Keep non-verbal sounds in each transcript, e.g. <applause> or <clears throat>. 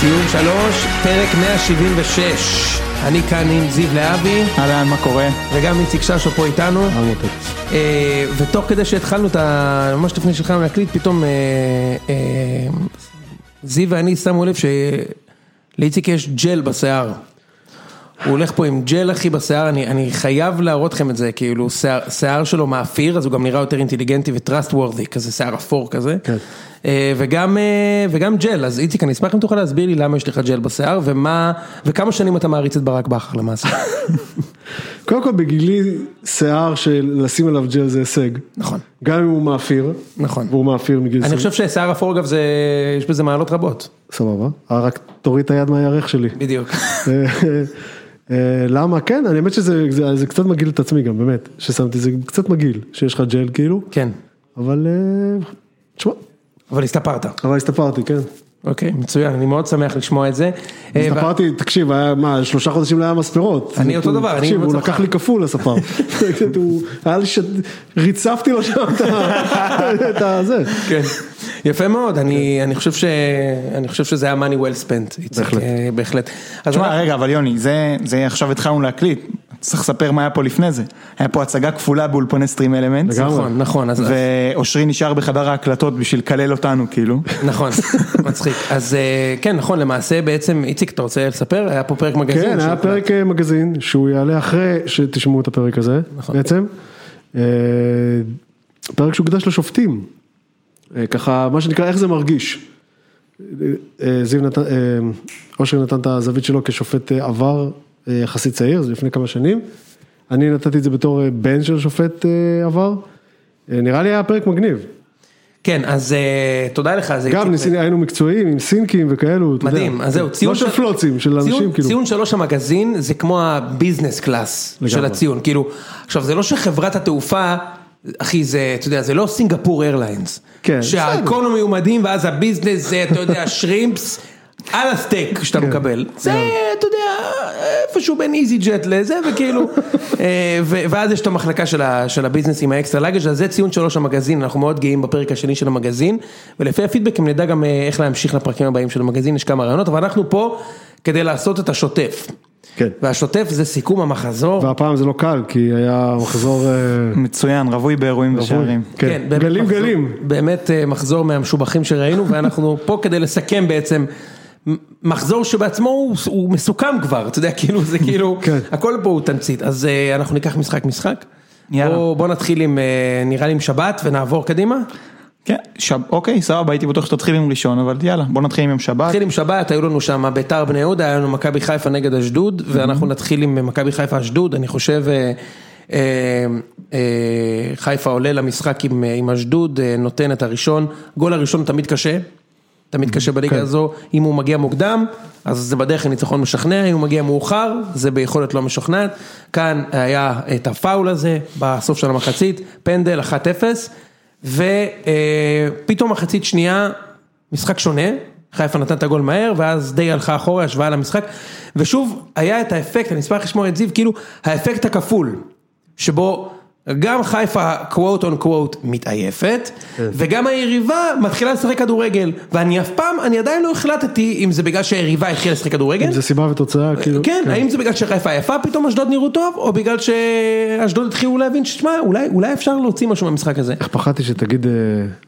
ציון שלוש, פרק 176. אני כאן עם זיו להבי, אהלן, מה קורה? וגם איציק ששו פה איתנו. אוקיי, אה, ותוך כדי שהתחלנו את ה... ממש לפני שהתחלנו להקליט, פתאום אה, אה, זיו ואני שמו לב שלאיציק יש ג'ל בשיער. הוא הולך פה עם ג'ל אחי בשיער, אני, אני חייב להראות לכם את זה, כאילו שיער, שיער שלו מאפיר, אז הוא גם נראה יותר אינטליגנטי וטראסט וורדי, כזה שיער אפור כזה. כן. אה, וגם, אה, וגם ג'ל, אז איציק, אני אשמח אם תוכל להסביר לי למה יש לך ג'ל בשיער, ומה, וכמה שנים אתה מעריץ את ברק בכר למעשה. קודם כל בגילי שיער של לשים עליו ג'ל זה הישג. נכון. גם אם הוא מאפיר. נכון. והוא מאפיר מגיל אני עשרים. חושב ששיער אפור אגב זה, יש בזה מעלות רבות. סבבה. אה, רק תוריד את היד מהירך שלי. בדיוק. אה, אה, למה? כן, אני- האמת שזה זה- זה קצת מגעיל את עצמי גם, באמת. ששמתי, זה קצת מגעיל שיש לך ג'ל כאילו. <laughs> כן, אבל, אה, תשמע, אבל הסתפרת. אבל הסתפרתי, כן. אוקיי, מצוין, אני מאוד שמח לשמוע את זה. אה, ו- הסתפרתי, תקשיב, היה מה, שלושה חודשים לא היה מספרות. אני אותו דבר, אני תקשיב, הוא במצב לקח אחד. לי <laughs> כפול הספר. <laughs> הוא- היה לי ש... ריצפתי לו שם את <laughs> ה- את הזה. <laughs> כן. יפה מאוד, אני, אני, חושב ש... אני חושב שזה היה money well spent, איציק, כן. בהחלט. אה, אה, בהחלט. אז תשמע, אנחנו- רגע, אבל יוני, זה, זה עכשיו התחלנו להקליט, צריך לספר מה היה פה לפני זה. היה פה הצגה כפולה באולפני סטרים אלמנט. לגמרי. נכון, נכון, אז... ואושרי נשאר בחדר ההקלטות בשביל לקלל אותנו, <laughs> כאילו. <laughs> <laughs> נכון, מצחיק. אז אה, כן, נכון, למעשה בעצם, איציק, אתה רוצה לספר? היה פה פרק מגזין. כן, היה שהוקלט. פרק אה, מגזין שהוא יעלה אחרי שתשמעו את הפרק הזה נכון. בעצם. אה, פרק שהוקדש לשופטים. אה, ככה, מה שנקרא, איך זה מרגיש. אה, אה, זיו נתן, אה, אושרי נתן את הזווית שלו כשופט אה, עבר אה, יחסית צעיר, זה לפני כמה שנים. אני נתתי את זה בתור אה, בן של שופט אה, עבר. אה, נראה לי היה פרק מגניב. כן, אז אה, תודה לך, אז גם ניסינו- היינו מקצועיים עם סינקים וכאלו, אתה יודע. מדהים, אז זהו, לא של של- פלוצים, של ציון- אנשים כאילו. ציון שלוש המגזין זה כמו הביזנס קלאס לגמרי. של הציון, כאילו, עכשיו זה לא שחברת התעופה, אחי זה, אתה יודע, זה לא סינגפור איירליינס, כן, שהאקונומי הוא מדהים ואז הביזנס זה, אתה יודע, שרימפס. על הסטייק שאתה מקבל, זה אתה יודע, איפשהו בין איזי ג'ט לזה וכאילו, אה, ו- ואז יש את המחלקה של ה- של הביזנס עם האקסטרה לאגג' אז זה ציון שלוש המגזין, אנחנו מאוד גאים בפרק השני של המגזין, ולפי הפידבקים נדע גם אה, איך להמשיך לפרקים הבאים של המגזין, יש כמה רעיונות, אבל אנחנו פה כדי לעשות את השוטף, כן. והשוטף זה סיכום המחזור, והפעם זה לא קל, כי היה מחזור... אה, מצוין, רווי באירועים ושערים. כן, באמת גלים מחזור- גלים. באמת אה, מחזור מהמשובחים שראינו, ואנחנו פה כדי לסכם בעצם. מ- מחזור שבעצמו הוא, הוא מסוכם כבר, אתה יודע, כאילו זה כאילו, כן. הכל פה הוא תמצית, אז אה, אנחנו ניקח משחק משחק. יאללה. בוא, בוא נתחיל עם, אה, נראה לי עם שבת ונעבור קדימה. כן, שב, אוקיי, סבבה, הייתי בטוח שתתחיל עם ראשון, אבל יאללה, בוא נתחיל עם יום שבת. נתחיל עם שבת, היו לנו שם ביתר בני יהודה, היה לנו מכבי חיפה נגד אשדוד, Mhm. ואנחנו נתחיל עם מכבי חיפה אשדוד, אני חושב אה, אה, אה, חיפה עולה למשחק עם, אה, עם אשדוד, אה, נותן את הראשון, גול הראשון תמיד קשה, תמיד קשה בליגה הזו, אם הוא מגיע מוקדם, אז זה בדרך לניצחון משכנע, אם הוא מגיע מאוחר, זה ביכולת לא משוכנעת, כאן היה את הפאול הזה, בסוף של המחצית, פנדל 1-0, ופתאום מחצית שנייה, משחק שונה, חיפה נתן את הגול מהר, ואז די הלכה אחורה, השוואה למשחק, ושוב, היה את האפקט, אני אשמח לשמוע את זיו, כאילו, האפקט הכפול, שבו גם חיפה, קוואט און קוואט, מתעייפת, כן. וגם היריבה מתחילה לשחק כדורגל, ואני אף פעם, אני עדיין לא החלטתי אם זה בגלל שהיריבה התחילה לשחק כדורגל, אם זה סיבה ותוצאה, כאילו. כן, האם זה בגלל שחיפה יפה פתאום אשדוד נראו טוב, או בגלל שאשדוד התחילו להבין, ששמע, אולי, אולי אפשר להוציא משהו מהמשחק הזה. איך פחדתי שתגיד, אה,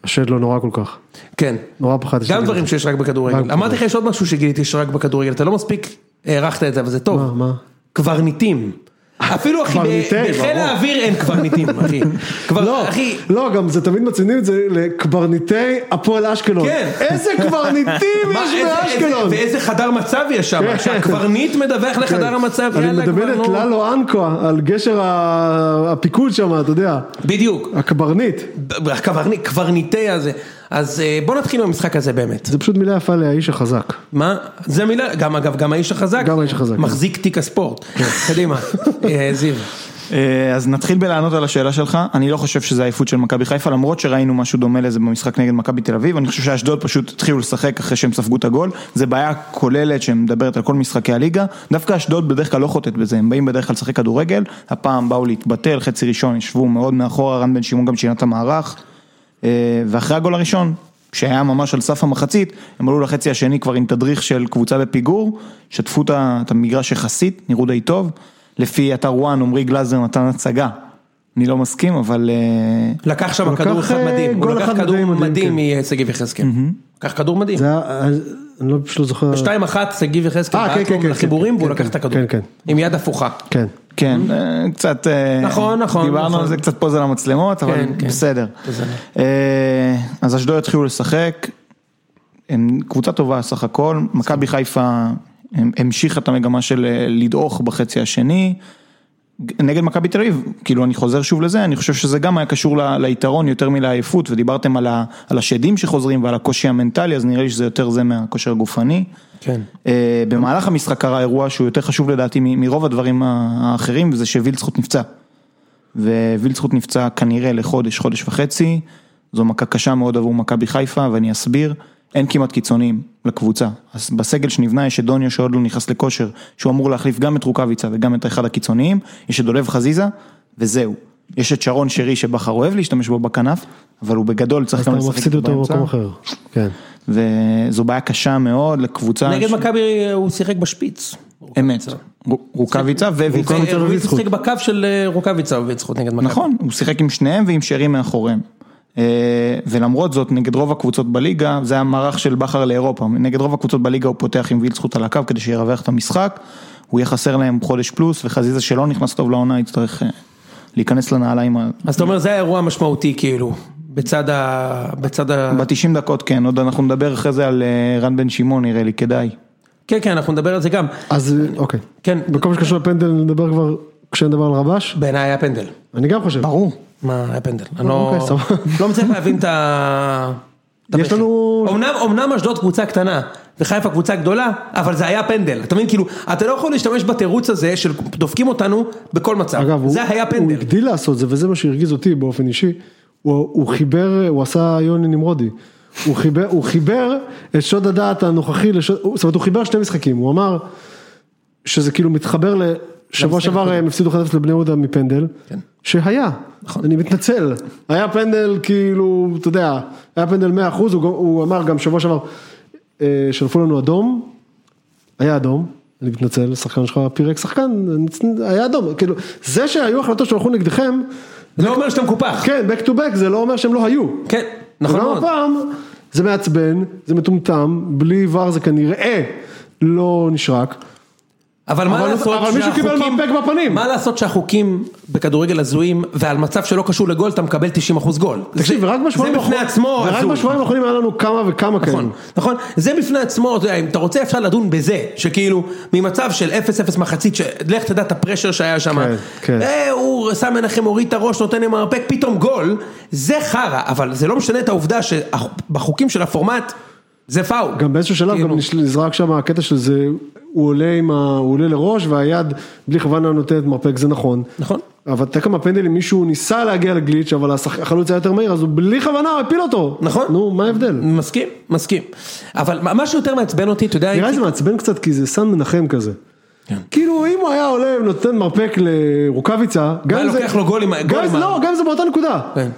השד לא נורא כל כך. כן. נורא פחדתי שתגיד. גם דברים שיש רק רק בכדורגל. בכדורגל. אמרתי לך יש עוד משהו שגיליתי שרק בכדורגל, אתה לא מספיק הערכת את זה, אבל זה טוב. מה, מה? קברניטים. אפילו אחי, ב- קברניטי, בחיל ברור. האוויר אין קברניטים, <laughs> אחי. כבר- לא, אחי, לא, גם זה תמיד מציינים את זה לקברניטי הפועל אשקלון. כן. איזה קברניטים <laughs> מה, יש איזה- באשקלון. איזה- ואיזה חדר מצב יש שם, כן. שהקברניט מדווח כן. לחדר המצב, אני יאללה, כבר לא- מדמיין את נו. ללו אנקו על גשר ה- הפיקוד שם, אתה יודע. בדיוק, הקברניט. ב- הקברניט- קברניטי הזה. אז אה, בוא נתחיל עם המשחק הזה באמת. זה פשוט מילה יפה לאיש החזק. מה? זה מילה, גם אגב, גם האיש החזק, גם האיש החזק. כן. מחזיק תיק הספורט. קדימה, אה, זיו. אה, אז נתחיל בלענות על השאלה שלך, אני לא חושב שזה עייפות של מכבי חיפה, למרות שראינו משהו דומה לזה במשחק נגד מכבי תל אביב, אני חושב שאשדוד פשוט התחילו לשחק אחרי שהם ספגו את הגול, זה בעיה כוללת שמדברת על כל משחקי הליגה, דווקא אשדוד בדרך כלל לא חוטאת בזה, הם באים בדרך כלל לשחק כדורגל, הפעם באו להתבטל, חצי ראשון ישבו מאוד מאחורה, רן בן שמעון גם שינה את המערך, אה, ואחרי הגול הראשון, שהיה ממש על סף המחצית, הם עלו לחצי השני כבר עם תדריך של קבוצה בפיגור, שטפו את ה- את המגרש יחסית, נראו די טוב. לפי אתר וואן, עמרי גלאזר נתן הצגה. אני לא מסכים, אבל... אה, לקח הוא שם לקח, כדור אחד אה, מדהים, הוא גול לקח אחד כדור די מדהים, כן. מדהים משגיב יחזקאל, לקח כדור מדהים, זה היה, אני לא פשוט לא זוכר. שתיים אחת שגיב יחזקאל, אה, כן, בעט לו כן, כן, לחיבורים כן, והוא כן, לקח את הכדור, כן, כן. עם יד הפוכה, כן. כן, אה, קצת... אה, נכון, נכון, דיברנו נכון. על זה קצת פה זה למצלמות, אבל כן, כן. בסדר. אה, אז אשדוד התחילו לשחק, הם קבוצה טובה סך הכל, מכבי חיפה הם- המשיכה את המגמה של אה, לדעוך בחצי השני. נגד מכבי תל אביב, כאילו אני חוזר שוב לזה, אני חושב שזה גם היה קשור ל, ליתרון יותר מלעייפות, ודיברתם על, ה, על השדים שחוזרים ועל הקושי המנטלי, אז נראה לי שזה יותר זה מהכושר הגופני. כן. אה, במהלך המשחק קרה אירוע שהוא יותר חשוב לדעתי מ- מרוב הדברים ה- האחרים, וזה שווילצחוט נפצע. ווילצחוט נפצע כנראה לחודש, חודש וחצי, זו מכה קשה מאוד עבור מכבי חיפה, ואני אסביר, אין כמעט קיצוניים לקבוצה. אז בסגל שנבנה יש את דוניו שעוד לא נכנס לכושר, שהוא אמור להחליף גם את רוקאביצה וגם את אחד הקיצוניים, יש את דולב חזיזה, וזהו. יש את שרון שרי שבכר אוהב להשתמש בו בכנף, אבל הוא בגדול צריך אז גם אתה לשחק מפסיד אותו במקום אחר. כן. וזו בעיה קשה מאוד לקבוצה. נגד ש- מכבי אה, הוא שיחק בשפיץ, אמת, רו- רוקאביצה ווילצחוט, הוא ווילצחוט. שיחק בקו של אה, רוקאביצה ווילצחוט נגד מכבי, נכון, הוא שיחק עם שניהם ועם שרי מאחוריהם. אה, ולמרות זאת, נגד רוב הקבוצות בליגה, זה המערך של בכר לאירופה, נגד רוב הקבוצות בליגה הוא פותח עם וילצחוט על הקו כדי שירווח את המשחק, הוא יהיה חסר להם חודש פלוס, וחזיזה שלא נכנס טוב לעונה יצטרך אה, להיכנס לנעליים, ה- אז אתה אומר זה האירוע המשמעותי כאילו, בצד ה... בצד ה... ב-90 דקות כן, עוד אנחנו נדבר אחרי זה על אה, רן בן שמעון נראה לי, כדאי. כן כן אנחנו נדבר על זה גם, אז אוקיי. כן. בכל מה שקשור לפנדל נדבר כבר כשאין דבר על רבש. בעיניי היה פנדל, אני גם חושב. ברור. מה היה פנדל, אני לא אוקיי, סבבה. <laughs> לא מצליח להבין את ה... את יש הבכי. לנו- אמנם, אמנם אשדוד קבוצה קטנה וחיפה קבוצה גדולה, אבל זה היה פנדל. אתה מבין, כאילו, אתה לא יכול להשתמש בתירוץ הזה של דופקים אותנו בכל מצב. אגב, הוא- זה היה הוא פנדל. הגדיל לעשות זה, וזה מה שהרגיז אותי באופן אישי. הוא הוא חיבר, הוא עשה יוני נמרודי. הוא חיבר, הוא חיבר את שוד הדעת הנוכחי, לשוד- הוא- זאת אומרת הוא חיבר שני משחקים, הוא אמר שזה כאילו מתחבר לשבוע למשחק שעבר הקודם. כן. הם הפסידו 1-0 לבני יהודה מפנדל, שהיה, נכון. אני מתנצל, היה פנדל כאילו, אתה יודע, היה פנדל 100%, הוא גם- הוא אמר גם שבוע שעבר, אה, שלפו לנו אדום, היה אדום, אני מתנצל, שחקן שלך פירק שחקן, אני- היה אדום, כאילו, זה שהיו החלטות שהלכו נגדכם, זה לא אומר שאתה מקופח. כן, לא, back to back, זה לא אומר שהם לא היו. כן, נכון וגם מאוד. הפעם, זה מעצבן, זה מטומטם, בלי ור זה כנראה לא נשרק. אבל מה אבל- לעשות אבל מישהו קיבל שהחוקים- מרפק בפנים. מה לעשות שהחוקים בכדורגל הזויים, ועל מצב שלא קשור לגול אתה מקבל 90% גול. תקשיב, זה- ורק בשבועיים זה בפני האחרונים- עצמו ורק הזוי. בשבועיים האחרונים היה לנו כמה וכמה כאלה. נכון, נכון, זה בפני עצמו, אתה יודע, אם אתה רוצה אפשר לדון בזה, שכאילו, ממצב של 0-0 מחצית, שלך תדע את הפרשר שהיה שם, כן, כן. אה, הוא שם מנחם, הוריד את הראש, נותן להם מרפק, פתאום גול, זה חרא, אבל זה לא משנה את העובדה שבחוקים של הפורמט, זה פאול. גם באיזשהו שלב כאילו. גם נש- נזרק שם הקטע של זה, הוא עולה עם ה... הוא עולה לראש והיד בלי כוונה נותנת מרפק, זה נכון. נכון. אבל אתה יודע כמה פנדלים, מישהו ניסה להגיע לגליץ', אבל השח- החלוץ היה יותר מהיר, אז הוא בלי כוונה הוא הפיל אותו. נכון. נו, מה ההבדל? מסכים, מסכים. אבל מה- מה שיותר מעצבן אותי, אתה יודע, נראה לי זה מעצבן קצת, כי זה סן מנחם כזה. כן. כאילו אם הוא היה עולה ונותן מרפק לרוקאביצה, גם והיה אם זה... לוקח לו גול עם ה- גם גול אם עם זה- ה- לא, גם אם זה באותה נקודה. כן.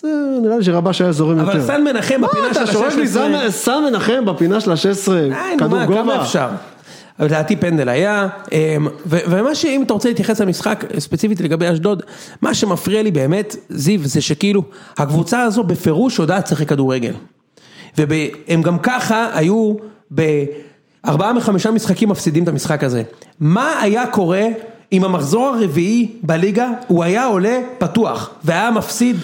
זה נראה לי שרבש היה זורם יותר. אבל סן מנחם בפינה מה של אתה שורק לי ה-16? סן- סן מנחם בפינה של ה-16, די, נו, כדור מה, כמה גובה? אפשר? אבל לדעתי פנדל היה, אמ, ו- ומה שאם אתה רוצה להתייחס למשחק, אה, ספציפית לגבי אשדוד, מה שמפריע לי באמת, זיו, זה שכאילו, הקבוצה הזו בפירוש יודעת לשחק כדורגל. והם גם ככה היו בארבעה מחמישה משחקים מפסידים את המשחק הזה. מה היה קורה אם המחזור הרביעי בליגה, הוא היה עולה פתוח, והיה מפסיד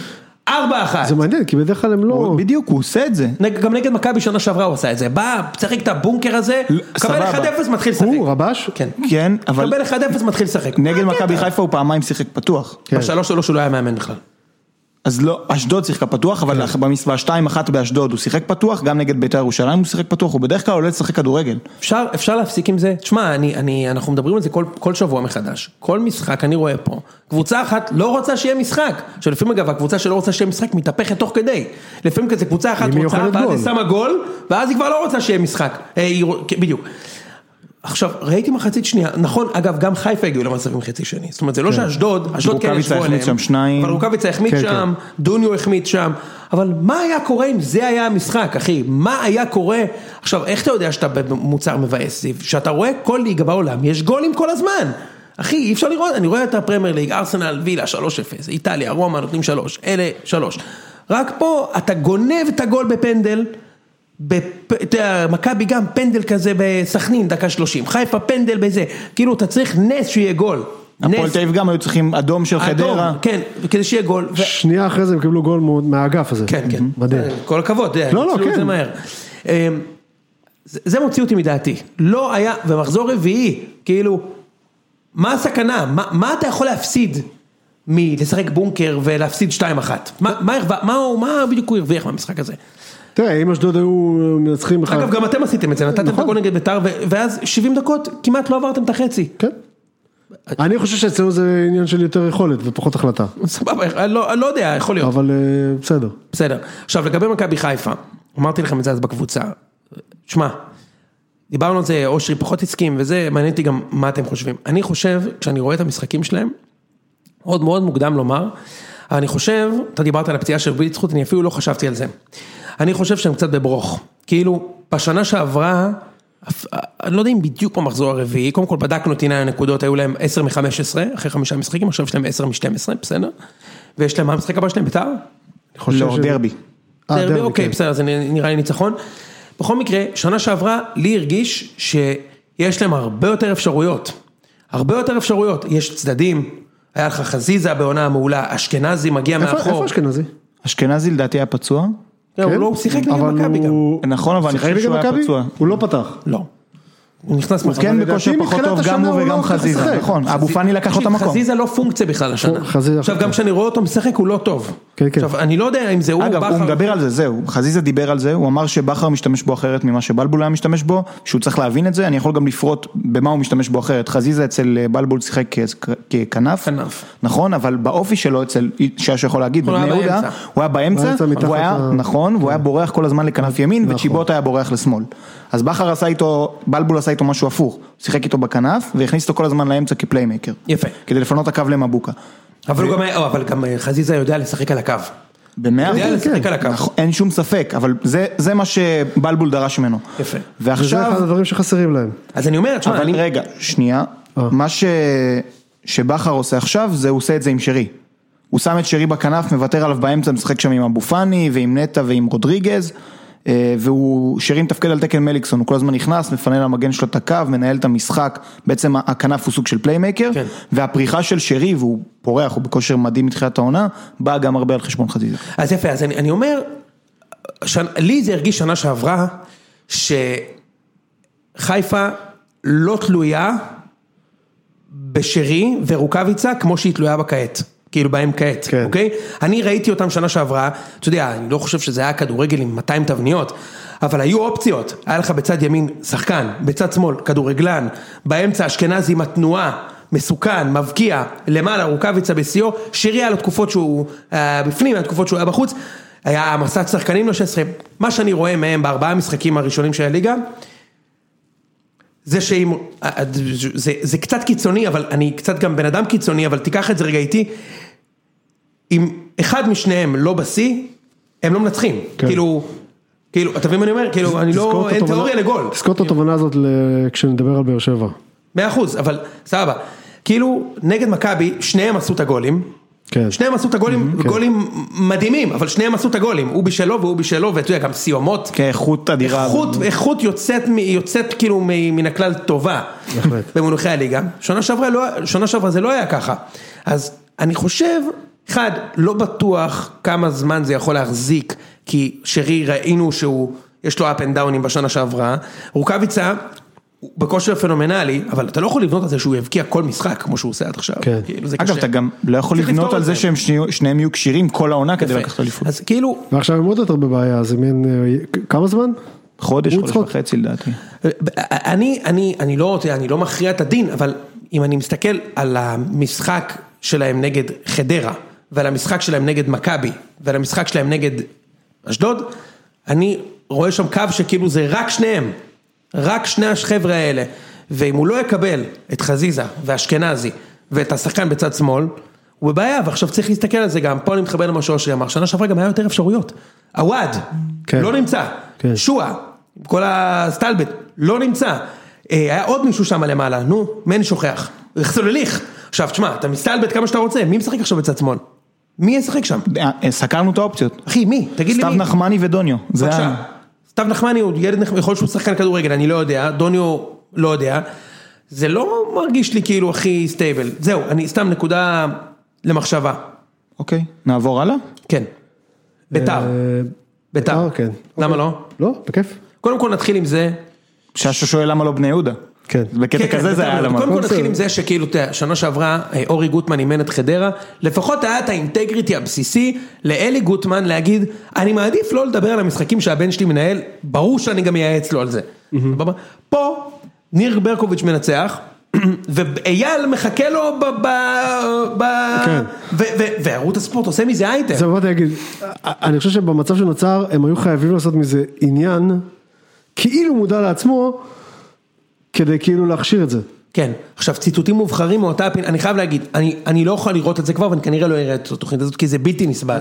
ארבע אחת? זה מעניין, כי בדרך כלל הם לא... בדיוק, הוא עושה את זה. נג- גם נגד מכבי שנה שעברה הוא עשה את זה, בא, משחק את הבונקר הזה, ל- קבל סבבה. 1-0 מתחיל לשחק. הוא רבש? כן. כן, אבל קבל 1-0 מתחיל לשחק. נגד מכבי חיפה הוא פעמיים שיחק פתוח. כן. בשלוש שלוש הוא לא היה מאמן בכלל. אז לא, אשדוד שיחקה פתוח, אבל במסווה 2-1 באשדוד הוא שיחק פתוח, גם נגד בית"ר ירושלים הוא שיחק פתוח, הוא בדרך כלל עולה לשחק כדורגל. אפשר, אפשר להפסיק עם זה? תשמע, אני, אני, אנחנו מדברים על זה כל, כל שבוע מחדש. כל משחק אני רואה פה, קבוצה אחת לא רוצה שיהיה משחק. שלפעמים אגב, הקבוצה שלא רוצה שיהיה משחק מתהפכת תוך כדי. לפעמים כזה קבוצה אחת אם היא רוצה, אוכלת ואז גול. היא שמה גול, ואז היא כבר לא רוצה שיהיה משחק. אה, היא, רוצ- כן, בדיוק. עכשיו, ראיתי מחצית שנייה, נכון, אגב, גם חיפה הגיעו למצבים חצי שני, זאת אומרת, זה לא שאשדוד, אשדוד כן רוקאביצה ישבו עליהם. החמיץ שם שניים. אבל רוקאביצה החמיץ כן, שם, דוניו החמיץ שם, אבל מה היה קורה אם זה היה המשחק, אחי? מה היה קורה? עכשיו, איך אתה יודע שאתה במוצר מבאס, זיו? שאתה רואה כל ליגה בעולם, יש גולים כל הזמן. אחי, אי אפשר לראות, אני רואה את הפרמייר ליג, ארסנל, וילה, 3-0, איטליה, רומא, נותנים 3, אלה 3. רק פה, אתה גונב את הגול בפנדל. בפ- אתה יודע, מכבי גם פנדל כזה בסכנין, דקה שלושים, חיפה פנדל בזה, כאילו אתה צריך נס שיהיה גול. הפועל נס, תל אביב גם היו צריכים אדום של אדום, חדרה. כן, כדי שיהיה גול. ו- שנייה אחרי זה הם קיבלו גול מאוד- מהאגף הזה. כן, כן. מדהים. כל הכבוד, אתה יודע, לא, לא, ניצלו את כן. זה מהר. אמ, זה- זה מוציא אותי מדעתי. לא היה, ומחזור רביעי, כאילו, מה הסכנה? מה- מה אתה יכול להפסיד מלשחק בונקר ולהפסיד 2-1? מה- מה הרווה- מה הוא- מה בדיוק הוא הרוויח מהמשחק הזה? אה. תראה, אם אשדוד היו מנצחים אחד... אגב, גם אתם עשיתם את זה, נתתם את נכון. הגול נגד ביתר, ו- ואז 70 דקות כמעט לא עברתם את החצי. כן. אני חושב שאצלנו זה עניין של יותר יכולת ופחות החלטה. סבבה, אני לא אני לא יודע, יכול להיות, אבל אה, בסדר. בסדר. עכשיו, לגבי מכבי חיפה, אמרתי לכם את זה אז בקבוצה. שמע, דיברנו על זה, אושרי פחות הסכים וזה, מעניין אותי גם מה אתם חושבים. אני חושב, כשאני רואה את המשחקים שלהם, עוד מאוד מוקדם לומר, אבל אני חושב, אתה דיברת על הפציעה של ביטחוט, אני אפילו לא חשבתי על זה. אני חושב שהם קצת בברוך. כאילו, בשנה שעברה, אפ- אני לא יודע אם בדיוק במחזור הרביעי, קודם כל בדקנו את עניין הנקודות, היו להם 10 מ-15, אחרי חמישה משחקים, עכשיו יש להם 10 מ-12, בסדר? ויש להם, מה המשחק הבא שלהם? בית"ר? אני חושב לא, ש- דרבי. אה, דרבי, דרבי, אוקיי, כן. בסדר, זה נראה לי ניצחון. בכל מקרה, שנה שעברה, לי הרגיש שיש להם הרבה יותר אפשרויות. הרבה יותר אפשרויות. יש צדדים, היה לך חזיזה בעונה המעולה, אשכנזי מגיע איפה- מאחור. איפה אשכנזי? כן? אשכנזי לדעתי היה פצוע. לא, הוא לא הוא שיחק נגד אבל מכבי גם. הוא- נכון, אבל אני שיחק חושב שהוא נגד היה מכבי? פצוע. הוא לא פתח. לא. הוא נכנס מחר. כן, לדעתי בכושר פחות מתחילת טוב, גם השנה הוא הוא וגם לא חזיזה, משחק. נכון. אבו פאני לקח לו את תקשיב, המקום. חזיזה לא פונקציה בכלל השנה. חזיזה עכשיו, אחת. גם כשאני רואה אותו משחק הוא לא טוב. כן, כן. עכשיו, אני לא יודע אם זה הוא, אגב, הוא בכר. מדבר על זה, זהו, חזיזה דיבר על זה, הוא אמר שבכר משתמש בו אחרת ממה שבלבול היה משתמש בו, שהוא צריך להבין את זה, אני יכול גם לפרוט במה הוא משתמש בו אחרת. חזיזה אצל אה, בלבול שיחק כ- ככנף, כנף. נכון, נכון, אבל באופי שלו אצל, שהיה שיכול להגיד, הוא בבני היה יהודה, באמצע. הוא היה באמצע, באמצע, מתחת הוא היה, ל- נכון, והוא היה בורח כל הזמן לכנף ימין, וצ'יבוט היה בורח לשמאל. אז בכר עשה איתו, בלבול עשה איתו משהו הפוך, הוא שיחק איתו בכנף, והכניס אותו כל הזמן לאמצע כפליימקר. יפה. כדי לפנות הקו למבוקה. אבל הוא גם היה- או, אבל גם אה, חזיזה יודע לשחק על הקו. במאה יודע אחוז, לשחק כן. על הקו. נכון, אין שום ספק, אבל זה, זה מה שבלבול דרש ממנו. יפה. וזה ועכשיו, אחד הדברים שחסרים להם. אז אני אומר, תשמע, אבל אני... רגע, שנייה, אה. מה ש... שבכר עושה עכשיו, זה הוא עושה את זה עם שרי. הוא שם את שרי בכנף, מוותר עליו באמצע, משחק שם עם אבו פאני, ועם נטע ועם רודריגז, אה, והוא, שרי מתפקד על תקן מליקסון, הוא כל הזמן נכנס, מפנה למגן שלו את הקו, מנהל את המשחק, בעצם הכנף הוא סוג של פליימייקר, כן. והפריחה של שרי, והוא פורח, הוא בכושר מדהים מתחילת העונה, באה גם הרבה על חשבון חזיזה. אז יפה, אז אני, אני אומר, שנ, לי זה הרגיש שנה שעברה, שחיפה לא תלויה בשרי ורוקאביצה כמו שהיא תלויה בה כעת. כאילו בהם כעת, כן. אוקיי? אני ראיתי אותם שנה שעברה, אתה יודע, אני לא חושב שזה היה כדורגל עם 200 תבניות, אבל היו אופציות, היה לך בצד ימין שחקן, בצד שמאל כדורגלן, באמצע אשכנזי עם התנועה, מסוכן, מבקיע, למעלה רוקאביצה בשיאו, שירי היה לו תקופות שהוא אה, בפנים, היה תקופות שהוא היה בחוץ, היה מסע שחקנים ל-16, מה שאני רואה מהם בארבעה המשחקים הראשונים של הליגה, זה שאם, אה, זה, זה קצת קיצוני, אבל אני קצת גם בן אדם קיצוני, אבל תיקח את זה רגע איתי, אם אחד משניהם לא בשיא, הם לא מנצחים. כן. כן. כאילו, כאילו, אתה מבין מה אני אומר? כאילו, אני תזכור לא, את אין התובנה- תיאוריה לגול. תזכור את התובנה הזאת ל- כשנדבר על באר שבע. מאה אחוז, אבל סבבה. כאילו, נגד מכבי, שניהם עשו את הגולים. כן. שניהם עשו את הגולים, כן. גולים מדהימים, אבל שניהם עשו את הגולים, הוא בשלו והוא בשלו, ואתה יודע, גם סיומות. כאיכות אדירה. איכות, איכות יוצאת, מ- יוצאת כאילו מ- מן הכלל טובה. בהחלט. במונחי הליגה. שנה שעברה, לא, שנה שעברה זה לא היה ככה. אז אני חושב, אחד, לא בטוח כמה זמן זה יכול להחזיק, כי שרי ראינו שהוא, יש לו up and downים בשנה שעברה. רוקאביצה, הוא בכושר פנומנלי, אבל אתה לא יכול לבנות על זה שהוא יבקיע כל משחק, כמו שהוא עושה עד עכשיו. כן. כאילו, זה אגב, קשה. אתה גם לא יכול צריך לבנות לפתור על את זה זה. שהם שני- שניהם יהיו כשירים כל העונה כדי יפה. לקחת אליפות. אז כאילו, ועכשיו הם עוד יותר בבעיה, אז אם אין... אה, כמה זמן? חודש, הוא חודש צחוק. וחצי לדעתי. אה, אני, אני, אני לא, אתה יודע, אני לא מכריע את הדין, אבל אם אני מסתכל על המשחק שלהם נגד חדרה, ועל המשחק שלהם נגד מכבי, ועל המשחק שלהם נגד אשדוד, אני רואה שם קו שכאילו זה רק שניהם, רק שני החבר'ה האלה. ואם הוא לא יקבל את חזיזה ואשכנזי ואת השחקן בצד שמאל, הוא בבעיה, ועכשיו צריך להסתכל על זה גם, פה אני מתחבר למה שאושרי אמר, שנה שעברה גם היה יותר אפשרויות. עווד, כן. לא נמצא, כן. שועה, כל הסטלבט, לא נמצא. אה, היה עוד מישהו שם למעלה, נו, מני שוכח, סולליך. עכשיו, תשמע, אתה מסתלבט כמה שאתה רוצה, מי משחק עכשיו בצד שמאל? מי ישחק שם? אה, סקרנו את האופציות. אחי, מי? תגיד לי סתיו מי. נחמני ודוניו. זה בבקשה. ה- סתיו נחמני הוא ילד נחמד, יכול להיות שהוא שחקן כדורגל, אני לא יודע, דוניו לא יודע. זה לא מרגיש לי כאילו הכי סטייבל. זהו, אני סתם נקודה למחשבה. אוקיי, נעבור הלאה? כן. ביתר, אה, ביתר. אה, כן. למה אוקיי. לא? לא, בכיף. קודם כל נתחיל עם זה. ששו שואל למה לא בני יהודה. כן. בקטע כן, כזה כן, זה היה ביתר. למה. קודם כל נתחיל בסדר. עם זה שכאילו, אתה יודע, שנה שעברה אה, אורי גוטמן אימן את חדרה, לפחות היה את האינטגריטי הבסיסי לאלי גוטמן להגיד, אני מעדיף לא לדבר על המשחקים שהבן שלי מנהל, ברור שאני גם אייעץ לו על זה. סבבה? פה ניר ברקוביץ' מנצח. <clears throat> ואייל מחכה לו ב... ב... ב... כן. ו- ו- וערוץ הספורט עושה מזה אייטם. זה מה באתי להגיד, אה, אני חושב שבמצב שנוצר הם היו חייבים לעשות מזה עניין, כאילו מודע לעצמו, כדי כאילו להכשיר את זה. כן, עכשיו ציטוטים מובחרים מאותה הפינה, אני חייב להגיד, אני, אני לא יכול לראות את זה כבר ואני כנראה לא אראה את התוכנית הזאת כי זה בלתי נסבל.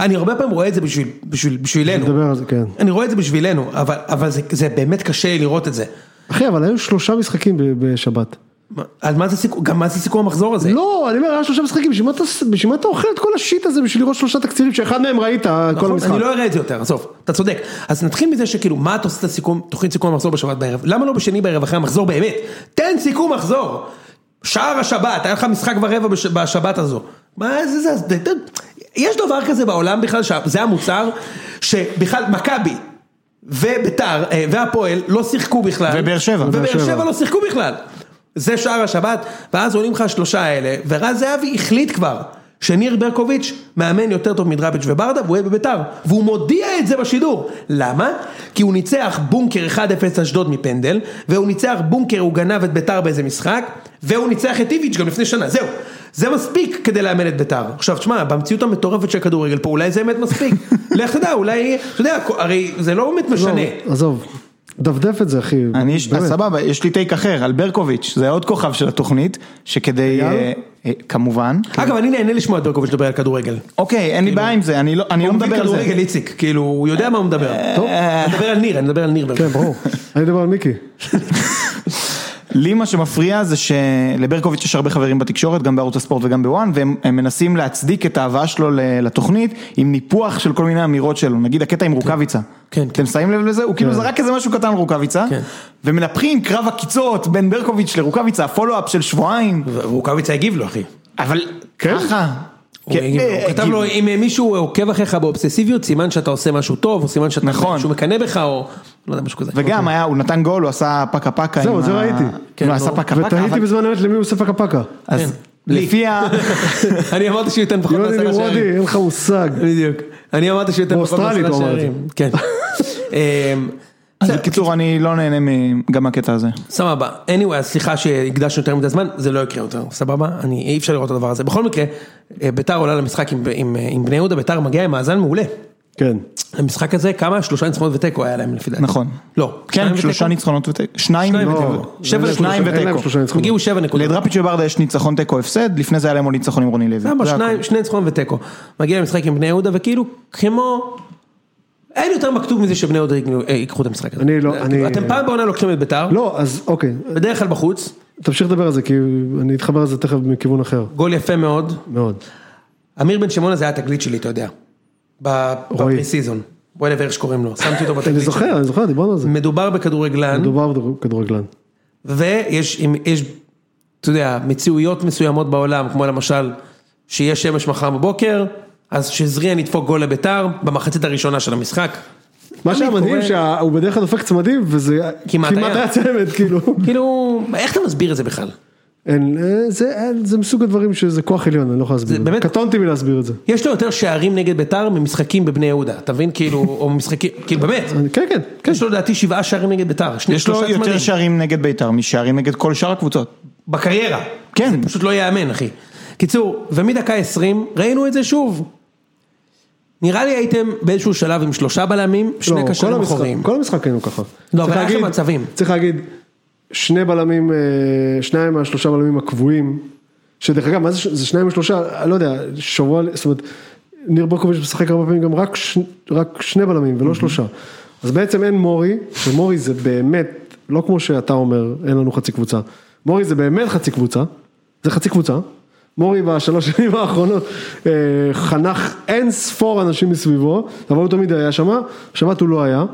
אני הרבה פעמים רואה את זה בשביל, בשביל, בשבילנו, נדבר על זה, כן. אני רואה את זה בשבילנו, אבל, אבל זה, זה באמת קשה לראות את זה. אחי, אבל היו שלושה משחקים ב- בשבת. מה- אז מה זה סיכום, גם מה זה סיכום המחזור הזה? לא, אני אומר, היה שלושה משחקים, בשביל מה אתה- בשביל מה אתה אוכל את כל השיט הזה בשביל לראות שלושה תקצירים שאחד מהם ראית כל נכון? המשחק? אני לא אראה את זה יותר, עזוב, אתה צודק. אז נתחיל מזה שכאילו, מה אתה עושה את הסיכום, תוכנית סיכום המחזור בשבת בערב? למה לא בשני בערב אחרי המחזור באמת? תן סיכום מחזור! שער השבת, היה לך משחק ורבע בש... בשבת הזו. מה זה זה, אז ת- ת- יש דבר כזה בעולם בכלל, שזה המוצר, שבכלל מכבי. וביתר אה, והפועל לא שיחקו בכלל. ובאר שבע. ובאר ובאר שבע שבע. לא שיחקו בכלל. זה שער השבת, ואז עולים לך השלושה האלה, ורז זהבי החליט כבר שניר ברקוביץ' מאמן יותר טוב מדראפיץ' וברדה, והוא יהיה בביתר. והוא מודיע את זה בשידור. למה? כי הוא ניצח בונקר 1-0 אשדוד מפנדל, והוא ניצח בונקר, הוא גנב את ביתר באיזה משחק, והוא ניצח את איביץ' גם לפני שנה, זהו. זה מספיק כדי לאמן את ביתר. עכשיו תשמע, במציאות המטורפת של הכדורגל פה, אולי זה באמת מספיק. לך תדע, אולי, אתה יודע, הרי זה לא באמת משנה. עזוב, עזוב, דפדף את זה אחי. אני, באמת. אז סבבה, יש לי טייק אחר, על ברקוביץ', זה עוד כוכב של התוכנית, שכדי, אייל? אה, אה, כמובן, אגב, אני נהנה לשמוע את ברקוביץ' לדבר על כדורגל. אוקיי, אין לי בעיה עם זה, אני לא אני לא הוא מדבר מביא על זה. כאילו, כדורגל, איציק, כאילו, הוא יודע מה הוא מדבר. טוב. אני מדבר על ניר, אני מדבר על ניר. כן, ברור. אני מדבר על מיקי. לי מה שמפריע זה שלברקוביץ' יש הרבה חברים בתקשורת, גם בערוץ הספורט וגם בוואן, והם הם מנסים להצדיק את ההבאה שלו ל- לתוכנית עם ניפוח של כל מיני אמירות שלו, נגיד הקטע עם רוקאביצה. כן, אתם שמים לב לזה? הוא כאילו זרק איזה משהו קטן על רוקאביצה, כן. ומנפחים קרב עקיצות בין ברקוביץ' לרוקאביצה, הפולו-אפ של שבועיים, רוקאביצה הגיב לו, אחי. אבל כן? ככה. הוא כן, הגיב לו. אה, הוא כתב הגיב. לו, אם מישהו עוקב אחריך באובססיביות, סימן שאתה עושה משהו טוב, או סימן שאתה, נכון. שהוא מקנא בך, או לא יודע, משהו כזה. וגם היה, הוא נתן גול, הוא עשה פקה פקה. זהו, עם זה ה- ראיתי. כן, לא, עשה ברור. פקה פקה. ותהיתי אבל- בזמן אמת למי הוא עושה פקפקה. כן, אז לפי ה... אני אמרתי שהוא ייתן פחות יוני מעשרה נמרודי, שערים. לא אין לך מושג. בדיוק. אני אמרתי שהוא ייתן פחות באוסטרלית מעשרה הוא אמר את זה. שערים. כן. <laughs> אמ, אז בסדר, <laughs> בקיצור, אני לא נהנה מ- גם מהקטע הזה. סבבה, anyway, אז סליחה שהקדשנו יותר מדי זמן, זה לא יקרה יותר, סבבה? אני, אי אפשר לראות את הדבר הזה. בכל מקרה, אה, ביתר עולה למשחק עם, עם, אה, עם בני יהודה, ביתר מגיעה עם מאזן מעולה. כן. המשחק הזה, כמה? שלושה ניצחונות ותיקו היה להם לפי דעתי. נכון. לא. כן, שלושה ניצחונות ותיקו. שניים שניים ותיקו. ותיקו. שבע שניים נקודות. אין להם ותיקו. ניצחונות. שלושה ניצחונות. הגיעו שבע נקודות. לדראפיץ' וברדה יש ניצחון תיקו הפסד, לפני זה היה להם עוד ניצחון עם רוני לוי. למה? זה הכל. שניים, שני ניצחונות ותיקו. מגיע למשחק עם בני יהודה, וכאילו, כמו... אין יותר מכתוב מזה שבני יהודה יגנו- אה, ייקחו את המשחק הזה. אני לא- זה כאילו, אני- אתם פעם בעונה לוקחים את ביתר, לא, אז אוקיי, בדרך כלל בחוץ, תמשיך לדבר על זה, כי אני אתחבר לזה תכף מכיוון אחר. גול יפה מאוד. מאוד. אמיר בן שמעון הזה היה התגלית שלי, אתה יודע. רועי. בפרי סיזון. וואלה ואיך שקוראים לו, שמתי אותו אני בתגלית שלי. זוכר, אני זוכר, דיברנו על זה. מדובר בכדורגלן, מדובר בכדורגלן. ויש, אם- יש, אתה יודע, מציאויות מסוימות בעולם, כמו למשל, שיהיה שמש מחר בבוקר, אז שזריאן ידפוק גול לביתר, במחצית הראשונה של המשחק. מה שהיה תמיד מדהים קורה. שהוא בדרך כלל דופק צמדים וזה כמעט כמעט היה. היה צמד כאילו. כאילו, איך אתה מסביר את זה בכלל? אין, אה, זה אין, זה מסוג הדברים שזה כוח עליון אני לא יכול להסביר. זה את זה. באמת- קטונתי מלהסביר את זה. יש לו יותר שערים נגד ביתר ממשחקים בבני יהודה, אתה מבין? כאילו, <laughs> או משחקים, כאילו באמת, אני- כן כן. יש לו לדעתי שבעה שערים נגד ביתר, שני יש לו שלושה יותר צמדים, שערים נגד בית"ר משערים נגד כל שאר הקבוצות. בקריירה. כן, פשוט לא ייאמן אחי. קיצור, ומדקה 20 ראינו את זה שוב. נראה לי הייתם באיזשהו שלב עם שלושה בלמים, שני לא, כל קשרים המשחק- אחוריים. כל המשחק היינו ככה. לא, צריך אבל היה לכם להגיד- מצבים. צריך להגיד שני בלמים, אה, שניים מהשלושה בלמים הקבועים, שדרך אגב, מה זה, ש- זה שניים מהשלושה, אני לא יודע, שבוע, זאת אומרת, ניר ברקוביץ' משחק הרבה פעמים גם רק, ש, רק שני בלמים ולא שלושה. אז בעצם אין מורי, ומורי זה באמת, לא כמו שאתה אומר, אין לנו חצי קבוצה. מורי זה באמת חצי קבוצה, זה חצי קבוצה. מורי בשלוש שנים <laughs> האחרונות אה, חנך אין ספור אנשים מסביבו, אבל הוא תמיד היה שמה, שבת הוא לא היה.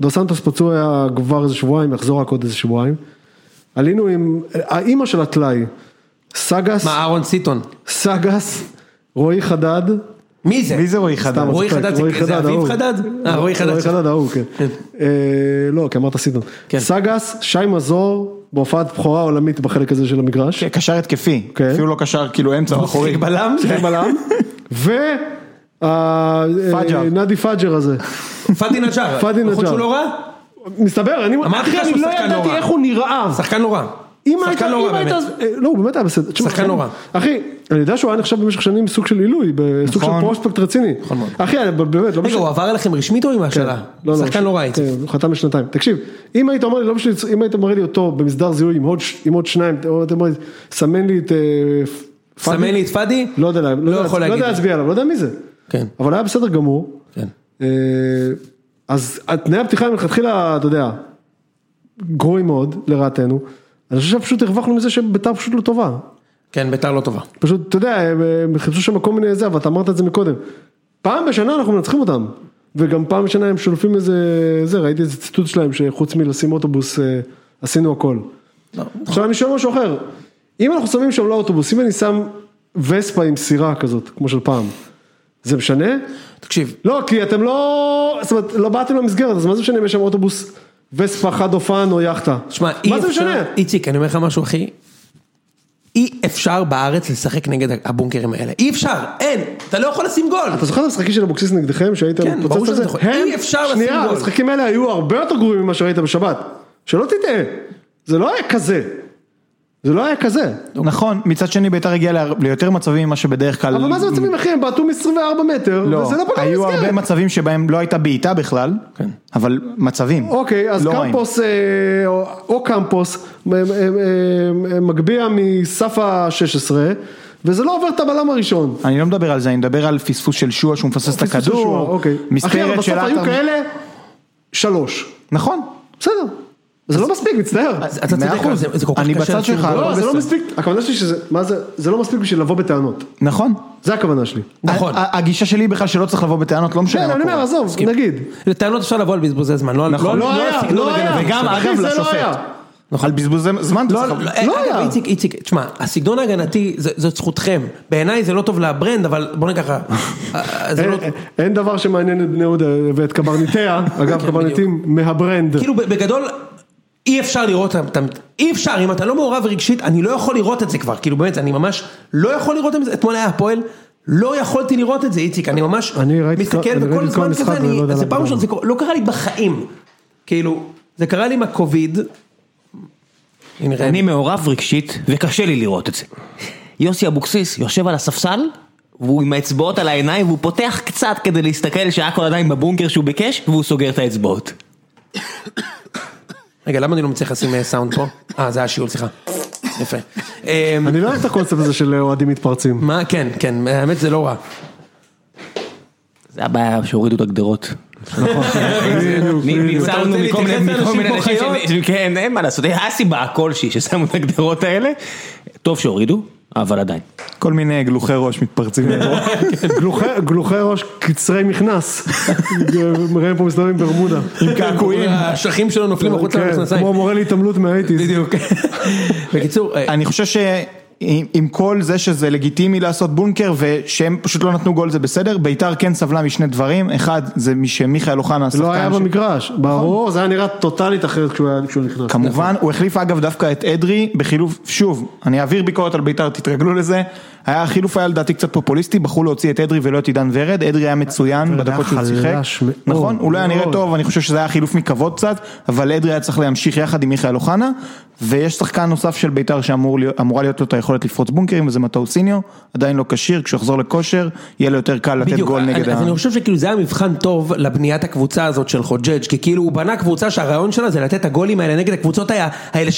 דו סנטוס פצוע היה כבר איזה שבועיים, יחזור רק עוד איזה שבועיים. עלינו עם, האימא של הטלאי, סגס, מה, אהרון סיטון? סגס, רועי חדד, מי זה? מי זה רועי חדד? סתם, רועי צוחק, חדד זה- זה אביב ההוא. חדד? אה, רועי חדד. רועי חדד ההוא, כן. אה, לא, כי אמרת סיטון. כן. סגס, שי מזור, בהופעת בכורה עולמית בחלק הזה של המגרש. קשר התקפי, כן. אפילו לא קשר כאילו אמצע או אחורי. שיחק <laughs> בלם? שיחק <laughs> בלם. ו... אה, פאג'ר. נדי פאג'ר הזה. פאדי נג'אר. <laughs> פאדי נכון נג'אר. שהוא לא רע? מסתבר, אני אמרתי לך אחי, שהוא אני לא שחקן ידעתי נורא. איך הוא נראה. שחקן לא רע. אם היית, שחקן לא אם רע היית, באמת. אז- אה, לא הוא באמת היה בסדר, תשמע, שחקן נורא. אחי, אני יודע שהוא היה נחשב במשך שנים סוג של עילוי, סוג של נכון. פרוספקט רציני, מאוד. אחי, אני באמת, לא רגע, הוא עבר אליכם רשמית או עם ההשאלה? שחקן לא רע הייתי. כן, הוא חתם לשנתיים. תקשיב, אם היית אומר לי, לא בשביל, אם היית מראה לי אותו במסדר זיהוי עם עוד, ש- עם עוד שניים, או אתה אומר לי, סמן לי את... אה, פ- סמן פאדי?" לי את פאדי? לא יודע, לא, לא יודע- יכול לא להגיד. יודע להצביע עליו, לא יודע מי זה. כן. אבל היה בסדר גמור. כן. אה, אז תנאי הפתיחה הם מלכתחילה, אתה יודע, גרועים מאוד, לרעתנו. אני חושב שפשוט הרווחנו מזה שביתר פשוט לא טובה. כן, ביתר לא טובה. פשוט, אתה יודע, הם, הם חיפשו שם כל מיני זה, אבל אתה אמרת את זה מקודם. פעם בשנה אנחנו מנצחים אותם, וגם פעם בשנה הם שולפים איזה, זה, ראיתי איזה ציטוט שלהם, שחוץ מלשים אוטובוס, אה, עשינו הכל. לא. עכשיו אני שואל משהו אחר, אם אנחנו שמים שם לא אוטובוס, אם אני שם וספה עם סירה כזאת, כמו של פעם, זה משנה? תקשיב, לא, כי אתם לא, זאת אומרת, לא באתם למסגרת, אז מה זה משנה אם יש שם אוטובוס וספה חד אופן או יאכטה? שמע, מה אי זה משנה? אפשר, איציק, אני אומר לך משהו, אחי. אי אפשר בארץ לשחק נגד הבונקרים האלה. אי אפשר, אין. אתה לא יכול לשים גול. אתה זוכר את המשחקים של אבוקסיס נגדכם שהיית כן, ברור על שאני זה? זוכר. הם- אי אפשר לשים שנייה, גול. המשחקים האלה היו הרבה יותר גרועים ממה שראית בשבת. שלא תטעה. זה לא היה כזה. זה לא היה כזה. נכון, מצד שני ביתר הגיעה להר- ליותר מצבים ממה שבדרך כלל... אבל מה זה מצבים אחי? הם בעטו מ-24 מטר, לא, וזה לא פגע היו הרבה במסגרת. מצבים שבהם לא הייתה בעיטה בכלל, אבל מצבים. אוקיי, אז לא ראינו. קמפוס, אה, או- או קמפוס, מ- מ- מ- מ- מגביה מסף ה-16, וזה לא עובר את הבלם הראשון. אני לא מדבר על זה, אני מדבר על פספוס של שועה שהוא מפספס את פספוס שהוא, הכדור, אוקיי. אחי, אבל מספרת של בסוף היו עטר. כאלה שלוש. נכון. בסדר. זה לא מספיק, מצטער. אז אתה צודק, מאה אבל אחוז. זה- זה כל כך אני קשה בצד לשים שלך, גול. לא, אבל זה לא בסדר. מספיק, הכוונה שלי שזה, מה זה, זה לא מספיק בשביל לבוא בטענות, נכון. זה הכוונה שלי. כן, נכון. ה- ה- הגישה שלי בכלל שלא צריך לבוא בטענות, לא משנה כן, מה אני קורה. אומר, עזוב, נגיד. לטענות אפשר לבוא על בזבוזי זמן. לא על- לא נכון. לא על- לא על היה, סגנון הגנה. לא היה. וגם, אחי, אגב, זה לא לשופט. היה. על בזבוז זמן, אתה לא, צריך- לא, לא אגב, היה. איציק, איציק, תשמע, הסגנון ההגנתי זה- זאת זכותכם. בעיניי זה לא טוב לברנד, אבל בוא נגיד ככה. אה, <laughs> זה לא- אין- אין דבר שמעניין את בני יהודה ואת קברניטיה, אגב קברניטים מהברנד. כאילו ב- בגדול, אי אפשר לראות, את ה- אי אפשר, אם אתה לא מעורב רגשית, אני לא יכול לראות את זה כבר. כאילו באמת, אני ממש לא יכול לראות את זה. אתמול היה הפועל. לא יכולתי לראות את זה, איציק, אני ממש אני ראיתי כל- מסתכל אני ראיתי וכל כל זמן המשחק כזה, ואני לא אני- יודע זה להגיד פעם ראשונה, למה. זה קורה- לא קרה לי בחיים, כאילו, זה קרה לי עם הקוביד, הנה ראם. אני מעורב רגשית, וקשה לי לראות את זה. יוסי אבוקסיס יושב על הספסל, והוא עם האצבעות על העיניים, והוא פותח קצת כדי להסתכל שהכל עדיין בבונקר שהוא ביקש, והוא סוגר את האצבעות. רגע, למה אני לא מצליח לשים אה, סאונד פה? אה, זה היה שיעול, סליחה. יפה. אמ, אני לא אוהב את הקונספט הזה של אוהדים <laughs> מתפרצים. מה, כן, כן, האמת זה לא רע. זה הבעיה שהורידו את הגדרות. <laughs> בדיוק, בדיוק. נכון. אתה ניצלנו רוצה מכל מיני להתייחס מכל מיני לאנשים אנשים, כמו ש- ש- כן, אין מה לעשות, היה סיבה כלשהי ששמו את הגדרות האלה. טוב שהורידו, אבל עדיין. כל מיני גלוחי ראש מתפרצים. גלוחי- גלוחי ראש קצרי מכנס. ראם פה מסתובב עם ברמודה. עם קעקועים. האשכים שלו נופלים החוצה כן, מהמכנסיים. כמו אוקיי. מורה להתעמלות מהאייטיז. בדיוק. בקיצור, אה, <laughs> אני חושב שעם עם כל זה שזה לגיטימי לעשות בונקר ושהם פשוט לא נתנו גול זה בסדר, ביתר כן סבלה משני דברים, אחד זה משמיכאל אוחנה השחקן, לא היה ש- במגרש, ברור, זה היה נראה טוטאלית אחרת כשהוא היה- כשהוא נכנס. כמובן, הוא החליף אגב דווקא את אדרי בחילוף, שוב, אני אעביר ביקורת על ביתר, תתרגלו לזה, היה, החילוף היה לדעתי קצת פופוליסטי, בחרו להוציא את אדרי ולא את עידן ורד, אדרי היה מצוין ורד היה בדקות שהוא שיחק, חלש מאוד, נכון, הוא לא היה נראה מאוד. טוב, אני חושב שזה היה חילוף מכבוד קצת, אבל אדרי היה צריך להמשיך יחד עם מיכאל אוחנה, ויש שחקן נוסף של בית"ר שאמורה להיות לו את היכולת לפרוץ בונקרים, וזה מטאוסיניו, עדיין לא כשיר, כשהוא יחזור לכושר, יהיה לו יותר קל לתת בדיוק, גול אני- נגד אז ה... אני חושב שכאילו זה היה מבחן טוב לבניית הקבוצה הזאת של חוג'ג', כי כאילו הוא בנה קבוצה שהרעיון שלה זה לתת את הגולים האלה נגד הקבוצות היה- האלה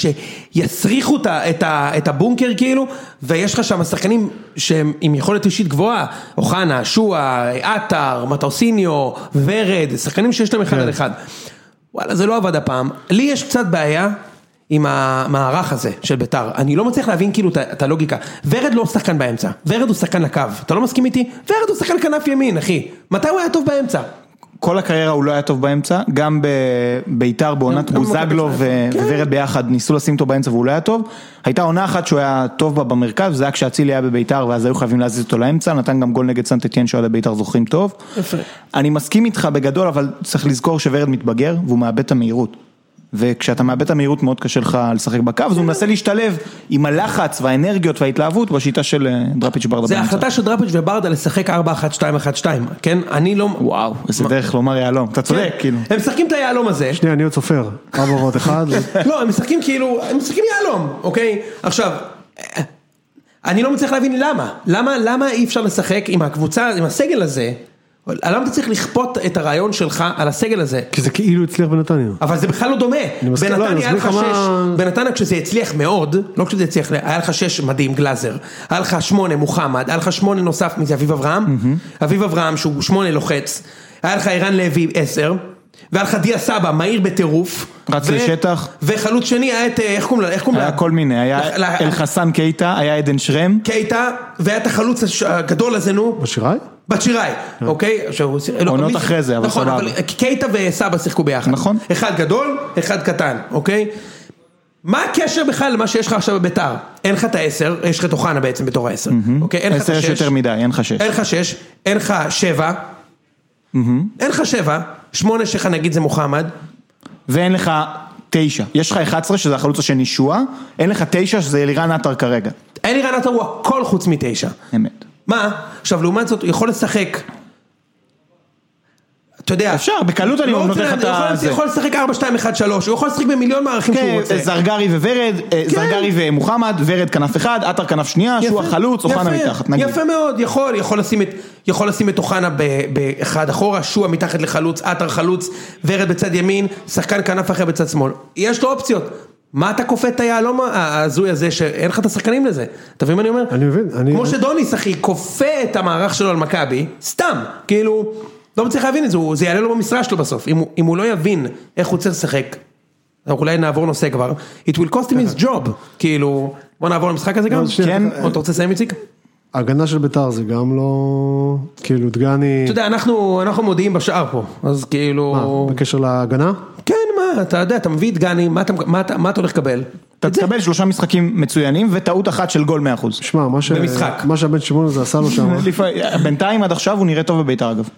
שיסריכו את ה- את ה- את הבונקר כאילו, ויש לך שם שחקנים שהם עם יכולת אישית גבוהה, אוחנה, שועה, עטר, מטוסיניו, ורד, שחקנים שיש להם אחד כן. על אחד. וואלה, זה לא עבד הפעם. לי יש קצת בעיה. עם המערך הזה של ביתר, אני לא מצליח להבין כאילו את ה- את הלוגיקה. ורד לא שחקן באמצע, ורד הוא שחקן לקו, אתה לא מסכים איתי? ורד הוא שחקן כנף ימין, אחי. מתי הוא היה טוב באמצע? כל הקריירה הוא לא היה טוב באמצע, גם בביתר בעונת גם במכבי בוזגלו חיפה. ו- כן. וורד ביחד ניסו לשים אותו באמצע והוא לא היה טוב. הייתה עונה אחת שהוא היה טוב בה במרכז, זה היה כשאצילי היה בביתר ואז היו חייבים להזיז אותו לאמצע, נתן גם גול נגד סנטטיין שאוהדי ביתר זוכרים טוב. יפה. אני מסכים איתך בגדול, אבל צריך לזכור שוורד מתבגר והוא מאבד את המהירות. וכשאתה מאבד את המהירות מאוד קשה לך לשחק בקו, אז הוא מנסה להשתלב עם הלחץ והאנרגיות וההתלהבות בשיטה של אה, דראפיץ' ברדה זה ההחלטה של דראפיץ' וברדה לשחק 4-1-2-1-2, כן? אני לא... כן. וואו, איזה דרך לומר יהלום, אתה צודק, כאילו. הם משחקים את היהלום הזה. שנייה, אני עוד סופר, ארבע ועוד <laughs> אחד, לא, הם משחקים כאילו, הם משחקים יהלום, אוקיי? עכשיו, אני לא מצליח להבין למה. למה, למה אי אפשר לשחק עם הקבוצה, עם הסגל הזה? למה אתה צריך לכפות את הרעיון שלך על הסגל הזה? כי זה כאילו הצליח בנתניה. אבל זה בכלל לא דומה. מסכים, לא, אני בנתניה היה לך מסביר לך שש, מה- בנתניה כשזה הצליח מאוד, לא כשזה הצליח, היה לך שש מדהים, גלאזר, היה לך שמונה מוחמד, היה לך שמונה נוסף מזה אביב אברהם, אביב אברהם שהוא שמונה לוחץ, היה לך ערן לוי עשר, והיה לך דיה סבא מהיר בטירוף. רץ ו- לשטח. וחלוץ שני היה את, אה, איך קוראים לה? איך קוראים לה? היה כל מיני, לח- לח- היה אלחסן קייטה, היה עדן שרם, קייטה, והיה את החלוץ הש- הגדול הזה נו. בשיראי? בת שיראי, אוקיי? עכשיו הוא- לא, אה. עונות מי- אחרי זה, אבל נכון, סבבה. אבל קייטה וסבא שיחקו ביחד. נכון. אחד גדול, אחד קטן, אוקיי? מה הקשר בכלל למה שיש לך עכשיו בביתר? אין לך את העשר, יש לך את אוחנה בעצם בתור העשר, אוקיי? אין לך את עשר יש השש, יותר מדי, אין לך שש. אין לך שש, אין לך שבע, אין לך שבע, שמונה שלך נגיד זה מוחמד, ואין לך תשע. יש לך 11 שזה החלוץ השני שועה, אין לך תשע שזה אלירן עטר כרגע. אין לי רן עטר הוא הכל חוץ מתשע. אמת. מה? עכשיו לעומת זאת הוא יכול לשחק. אתה יודע, אפשר, בקלות אני לא נותן רוצה לך את לה- יכול- הזה. יכול לשחק 4, 2, 1, 3, הוא יכול לשחק במיליון מערכים שהוא כן, רוצה. כן. זרגרי וורד, אה, זרגרי ומוחמד, ורד כנף אחד, עטר כנף שנייה, יפה. שועה חלוץ, אוחנה יפה, מתחת, נגיד. יפה מאוד, יכול, יכול לשים את, יכול לשים את אוחנה ב- באחד אחורה, שועה מתחת לחלוץ, עטר חלוץ, ורד בצד ימין, שחקן כנף אחר בצד שמאל. יש לו אופציות. מה אתה כופה את היהלום ה- ההזוי הזה שאין לך את השחקנים לזה? אתה מבין מה אני אומר? אני מבין, אני- כמו שדוניס אחי כופה את המערך שלו על מכבי, סתם, כאילו, לא מצליח להבין את זה, הוא- זה יעלה לו במשרה שלו בסוף, אם הוא- אם הוא לא יבין איך הוא צריך לשחק. אנחנו אולי נעבור נושא כבר, it will cost him his job, כאילו, בוא נעבור למשחק הזה גם, לא, שנייה, כן. או, אתה רוצה לסיים איציק? ההגנה של ביתר זה גם לא... כאילו, דגני... אתה יודע, אנחנו אנחנו מודיעים בשער פה, אז מה, כאילו, בקשר להגנה? כן מה, אתה יודע, אתה מביא את גני, מה אתה- מה אתה מה אתה הולך לקבל? אתה תקבל שלושה משחקים מצוינים וטעות אחת של גול 100%. אה. שמע, מה ש... במשחק. מה שהבן שמעון הזה עשה לו <laughs> שם, לפע- בינתיים עד עכשיו הוא נראה טוב בביתר אגב.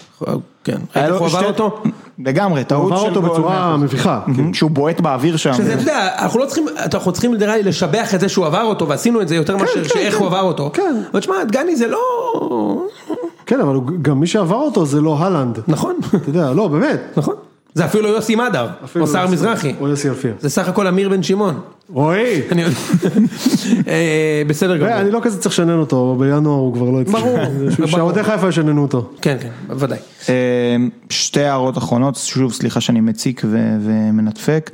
כן, היה איך לו הוא עבר שתי- אותו? לגמרי, הוא טעות עבר של אותו גול בצורה 100%. מביכה. מהמם, כאילו, שהוא בועט באוויר שם. שזה, אתה יודע, אנחנו לא צריכים, אנחנו צריכים נראה לי לשבח את זה שהוא עבר אותו, ועשינו את זה יותר מאשר כן, שאיך כן. הוא עבר אותו. כן. אבל תשמע, דגני זה לא... כן, אבל הוא- גם מי שעבר אותו זה לא הלנד. נכון, <laughs> אתה יודע, לא, באמת. נכון. זה אפילו לא יוסי מדר, או שר מזרחי. או יוסי אלפיה. זה סך הכל אמיר בן שמעון. רועי! אני <laughs> יודע. אה, בסדר גמור. אני לא כזה צריך לשנן אותו, בינואר הוא כבר לא <laughs> אצלי. ברור. ברור. שעודי חיפה ישננו אותו. כן, כן, בוודאי. אה, שתי הערות אחרונות, שוב סליחה שאני מציק ו- ומנדפק.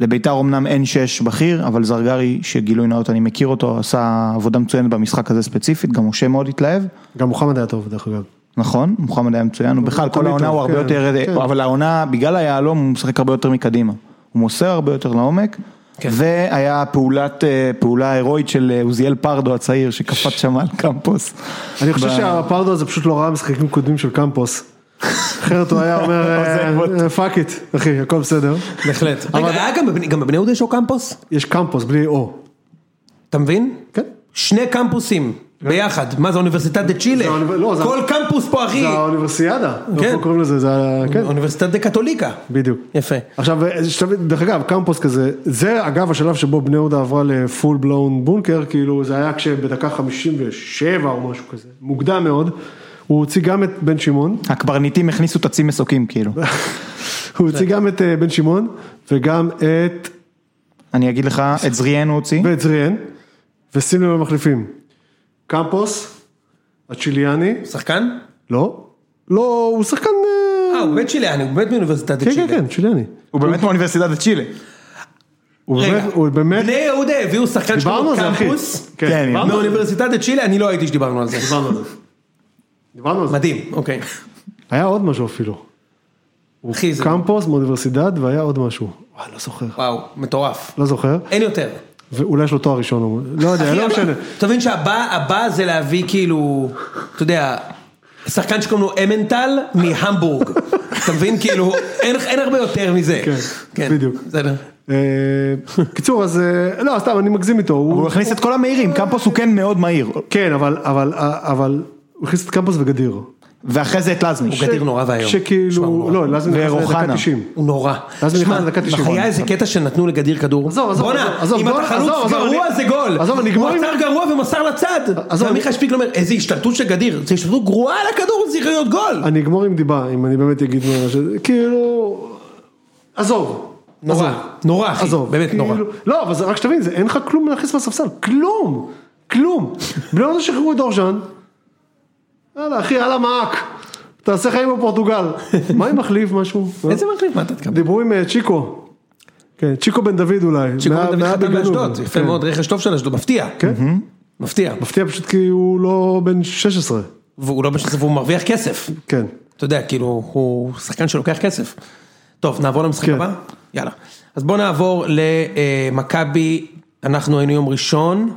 לביתר אמנם אין שש בכיר, אבל זרגרי, שגילוי נאות אני מכיר אותו, עשה עבודה מצוינת במשחק הזה ספציפית, גם משה מאוד התלהב, גם מוחמד היה טוב, דרך אגב. נכון, מוחמד היה מצוין, הוא בכלל כל תמיד העונה טוב, הוא הרבה כן, יותר, כן. אבל העונה, בגלל היהלום הוא משחק הרבה יותר מקדימה, הוא מוסר הרבה יותר לעומק, כן. והיה פעולת, אה, פעולה הירואית של אה, עוזיאל פרדו הצעיר שקפץ שם על קמפוס. אני חושב ב- שהפרדו הזה פשוט לא ראה משחקים קודמים של קמפוס. אחרת <laughs> הוא היה עוזב אומר, אה, אותו. פאק איט, אחי, הכל בסדר. בהחלט. רגע, היה גם בבני- גם בבני יהודה יש אוקמפוס? יש קמפוס בלי או. אתה מבין? כן. שני קמפוסים ביחד, מה זה אוניברסיטת דה צ'ילה? זה האוניב- לא, זה- כל קמפוס פה אה. אחי, זה האוניברסיאדה, כן. איך קוראים לזה, זה ה... כן, אוניברסיטת דה קתוליקה. בדיוק. יפה. עכשיו, אה, שתבין, דרך אגב, קמפוס כזה, זה אגב השלב שבו בני יהודה עברה לפול בלון בונקר, כאילו זה היה כשבדקה 57 או משהו כזה, מוקדם מאוד, הוא הוציא גם את בן שמעון, הקברניטים הכניסו את הצי מסוקים כאילו. הוא כן. הוציא גם את אה, בן שמעון וגם את, אני אגיד לך, את זריאן הוא הוציא, ואת זריאן, ושים לב למחליפים, קמפוס, הצ'יליאני, שחקן? לא, לא, הוא שחקן, אה, אה, הוא באמת צ'יליאני, הוא באמת מאוניברסיטת דה כן כן צ'ילה. כן, צ'יליאני, הוא באמת מאוניברסיטת צ'ילה. הוא רגע, באמת, הוא באמת, בני יהודה הביאו שחקן דיברנו שקוראים על זה אחי, קמפוס, כן, דיברנו על זה. מאוניברסיטת דה צ'ילה, אני לא הייתי שדיברנו על זה. דיברנו על זה. דיברנו על זה. מדהים, אוקיי. היה עוד משהו אפילו. אחי, זה, קמפוס, מאוניברסידד, והיה עוד משהו. וואי, לא זוכר. וואו, מטורף. לא זוכר. אין יותר. ואולי יש לו תואר ראשון. או- לא יודע, אחי, לא הבא- <laughs> משנה. אתה מבין שהבא הבא זה להביא כאילו, אתה יודע, שחקן שקוראים לו אמנטל מהמבורג. אתה מבין? כאילו, אין אין הרבה יותר מזה. כן, בדיוק. בסדר. אה, קיצור, אז... אה, לא, סתם, אני מגזים איתו. הוא- הוא הכניס את כל המהירים, קמפוס הוא כן מאוד מהיר. כן, אבל- אבל... אה, אבל... הוא הכניס את קמפוס וגדיר. ואחרי זה את לזמיש. הוא גדיר נורא ואיום. שמע, הוא שכאילו... נורא. לא, לזמי נכנס לדקה ורוחנה. 90. הוא נורא. ואז הוא שמע, נכנס לדקה 90. היה איזה קטע שנתנו לגדיר כדור. עזוב, עזוב, בואנה, עזוב, אם עזוב, אתה חלוץ עזוב, עזוב, גרוע אני- זה גול. עזוב, אני הוא אגמור עם- עצר גרוע ומסר לצד. עזוב, ועמיחי שפיגל אומר, איזה השתלטות של גדיר. זו השתלטות גרועה על הכדור, זה צריך להיות גול. אני אגמור עם דיבה, אם אני באמת אגיד מה ש... כאילו... עזוב. נורא, עזוב. נורא אחי, עזוב, באמת נורא. לא, אבל זה רק שתבין, זה אין לך כלום להכניס מהספסל, כלום, כלום. בני יהודה שחררו את אורז'אן, יאללה אחי, יאללה מעק, תעשה חיים <laughs> בפורטוגל. מה עם מחליף משהו? איזה מחליף מה אתה תקבל? דיברו עם אה, צ'יקו, כן, צ'יקו בן דוד אולי. שקוראים מה- דוד מה- חתם בגנוב. באשדוד, יפה כן. מאוד, רכש טוב של אשדוד, מפתיע. כן. מפתיע. מפתיע פשוט כי הוא לא בן 16, והוא לא בשסף, הוא מרוויח כסף. כן. אתה יודע, כאילו, הוא שחקן שלוקח כסף. טוב, נעבור למשחק כן. הבא? יאללה. אז בואו נעבור למכבי, אנחנו היינו יום ראשון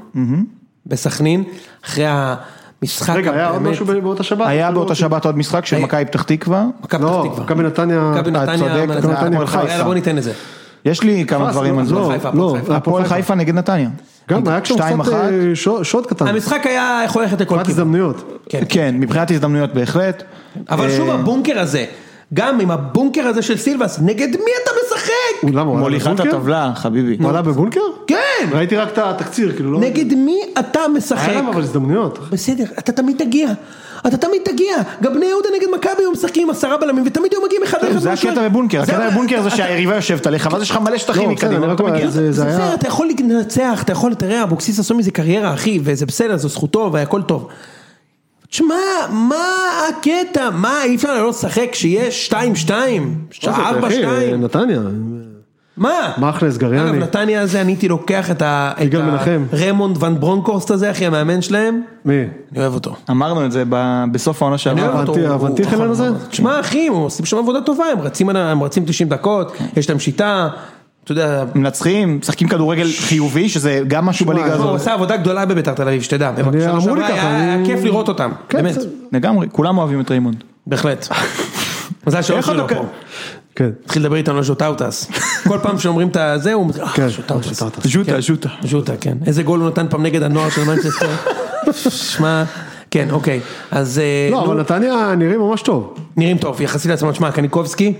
בסכנין, אחרי המשחק רגע, היה עוד הבאמת- משהו ב- באותה שבת? היה באותה שבת עוד משחק של אה. היה- מכבי פתח תקווה. מכבי פתח לא, תקווה. מכבי נתניה, מכבי אתה נתניה, צודק, מכבי מכבי נתניה, נתניה, מכבי- חיפה. יאללה, בוא ניתן את זה. כן. יש לי כמה דברים על זה. לא, חיפה, לא, הפועל חיפה. הפועל חיפה נגד נתניה. גם היה כשהוא שתיים קצת אחת. אה, שוט- שוט קטן, המשחק היה יכול ללכת לכל קצת כיוון. הזדמנויות. כן. כן, מבחינת הזדמנויות בהחלט. אבל שוב הבונקר הזה, גם עם הבונקר הזה של סילבס, נגד מי אתה משחק? הוא- למה, הוא היה מוליכת בבונקר? הטבלה, חביבי. הוא עלה בבונקר? כן! ראיתי רק את התקציר, כאילו לא... נגד מי אתה משחק? היה להם אה, אבל אה, הזדמנויות. בסדר, אתה תמיד תגיע. אתה תמיד תגיע. גם בני יהודה נגד מכבי היו משחקים עם עשרה בלמים, ותמיד היו מגיעים אחד לאחד. זה מהשוער. הקטע בבונקר, זה הקטע ה- בבונקר זה אתה- שהיריבה יושבת עליך, ואז יש לך מלא לא, שטחים בסדר, מקדימה, אני רק אתה אומר, מגיע. זה זה בסדר, היה... אתה יכול לנצח, אתה יכול, תראה, אבוקסיס עשו מזה קריירה, אחי, וזה בסדר, זו זכותו, והכל טוב. תשמע, מה הקטע? מה, אי אפשר לא לשחק כשיש 2-2? שעה אחי, אה, 4-2? נתניה. מה? מכלס, גריאני. אגב, נתניה הזה, אני הייתי לוקח את ה... את יגאל ה- מנחם. רמונד ון ברונקורסט הזה, אחי, המאמן שלהם. מי? אני אוהב אותו. אמרנו את זה ב- בסוף העונה אני אוהב שעברה. אותו, הוונטי- הוא- הוונטיחלן הוא- הזה? תשמע אחי, הם עושים שם עבודה טובה, הם רצים, על ה- הם רצים 90 דקות, כן. יש להם שיטה, אתה יודע, מנצחים, משחקים כדורגל חיובי, שזה גם משהו לא, בליגה הוא הזאת. עשה עבודה גדולה בביתר תל אביב, שתדע. הם אני- שנה אמרו לי שעברה ככה, היה- היה אני- כיף לראות אותם, כן, באמת, בסדר. לגמרי, כולם אוהבים את ריימונד. בהחלט. <laughs> מזל שלא איך שלו אתה- פה. כן. אה, התחיל לדבר איתנו על ז'וטאוטס. כל פעם שאומרים את הזה, הוא אומר, כן, אה, ז'וטאוטס. ז'וטאוטס. ז'וטה, ז'וטה. ז'וטה, כן. איזה גול הוא נתן פעם נגד הנוער של <laughs> מנצ'סטר. שמע, כן, אוקיי. אז אה, לא, נו, אבל נתניה נראים ממש טוב. נראים טוב, יחסית לעצמם. שמע, קניקובסקי,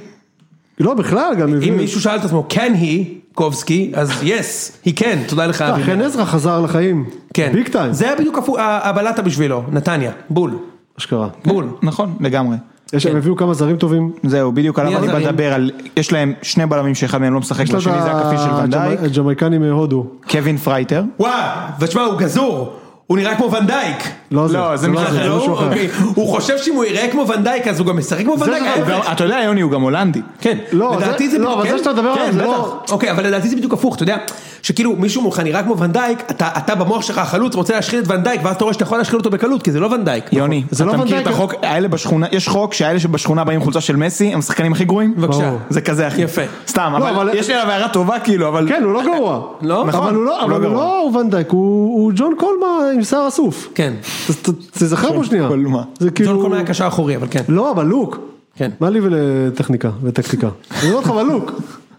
לא, בכלל, גם אם הביאו... מישהו שאל את עצמו, can he, קובסקי, אז yes, he can, תודה לך. אה, אבי. חן עזרא חזר לחיים. כן. ביג טיים. זה היה בדיוק הפו- ה- הבלטה בשבילו, נתניה, בול, אשכרה. בול. נכון, לגמרי. יש- הם הביאו כמה זרים טובים. זהו, בדיוק עליו אני בא הזרים. לדבר על, יש להם שני בלמים שאחד מהם לא משחק, יש לו והשני זה הכפיל של את ונדייק, הג'מא- הג'מייקני מהודו. קווין פרייטר. וואו, ושמע, הוא גזור, הוא נראה כמו ונדייק. לא זה. לא, זה לא מישהו זה אחר, לא מישהו הוא? אחר. <laughs> אוקיי. הוא חושב שאם הוא יראה כמו ונדייק אז הוא גם משחק כמו ונדייק. זה ההפך. גם- אתה יודע, יוני הוא גם הולנדי. כן, לא, לדעתי זה- זה לא, בדיוק- אבל כן, זה שאתה מדבר עליו כן, זה בטח. לא- אוקיי, אבל לדעתי זה בדיוק הפוך, אתה יודע, שכאילו מישהו מולך נראה כמו ונדייק, אתה אתה במוח שלך החלוץ רוצה להשחיל את ונדייק, ואז אתה רואה שאתה יכול להשחיל אותו בקלות, כי זה לא ונדייק. יוני, זה לא אתה מכיר ונדייק. את החוק, האלה בשכונה, יש חוק שהאלה שבשכונה באים עם חולצה של מסי, הם השחקנים הכי גרועים? בבקשה. ברור. זה כזה אחי. יפה. סתם, לא, אבל אבל- יש לי עליו הערה טובה כאילו, אבל... כן, הוא לא גרוע. לא? אבל הוא לא, הוא לא אבל הוא גרוע. לא הוא ונדייק, הוא הוא ג'ון קולמה עם שיער אסוף. כן. ת- ת- תיזכר בו שנייה. קולמה. זה כאילו... ג'ון קולמן היה קשר אחורי, אבל כן. לא, אבל לוק. כן. מה לי ולטכניקה וטקטיקה? אני אומר לך, אבל לוק.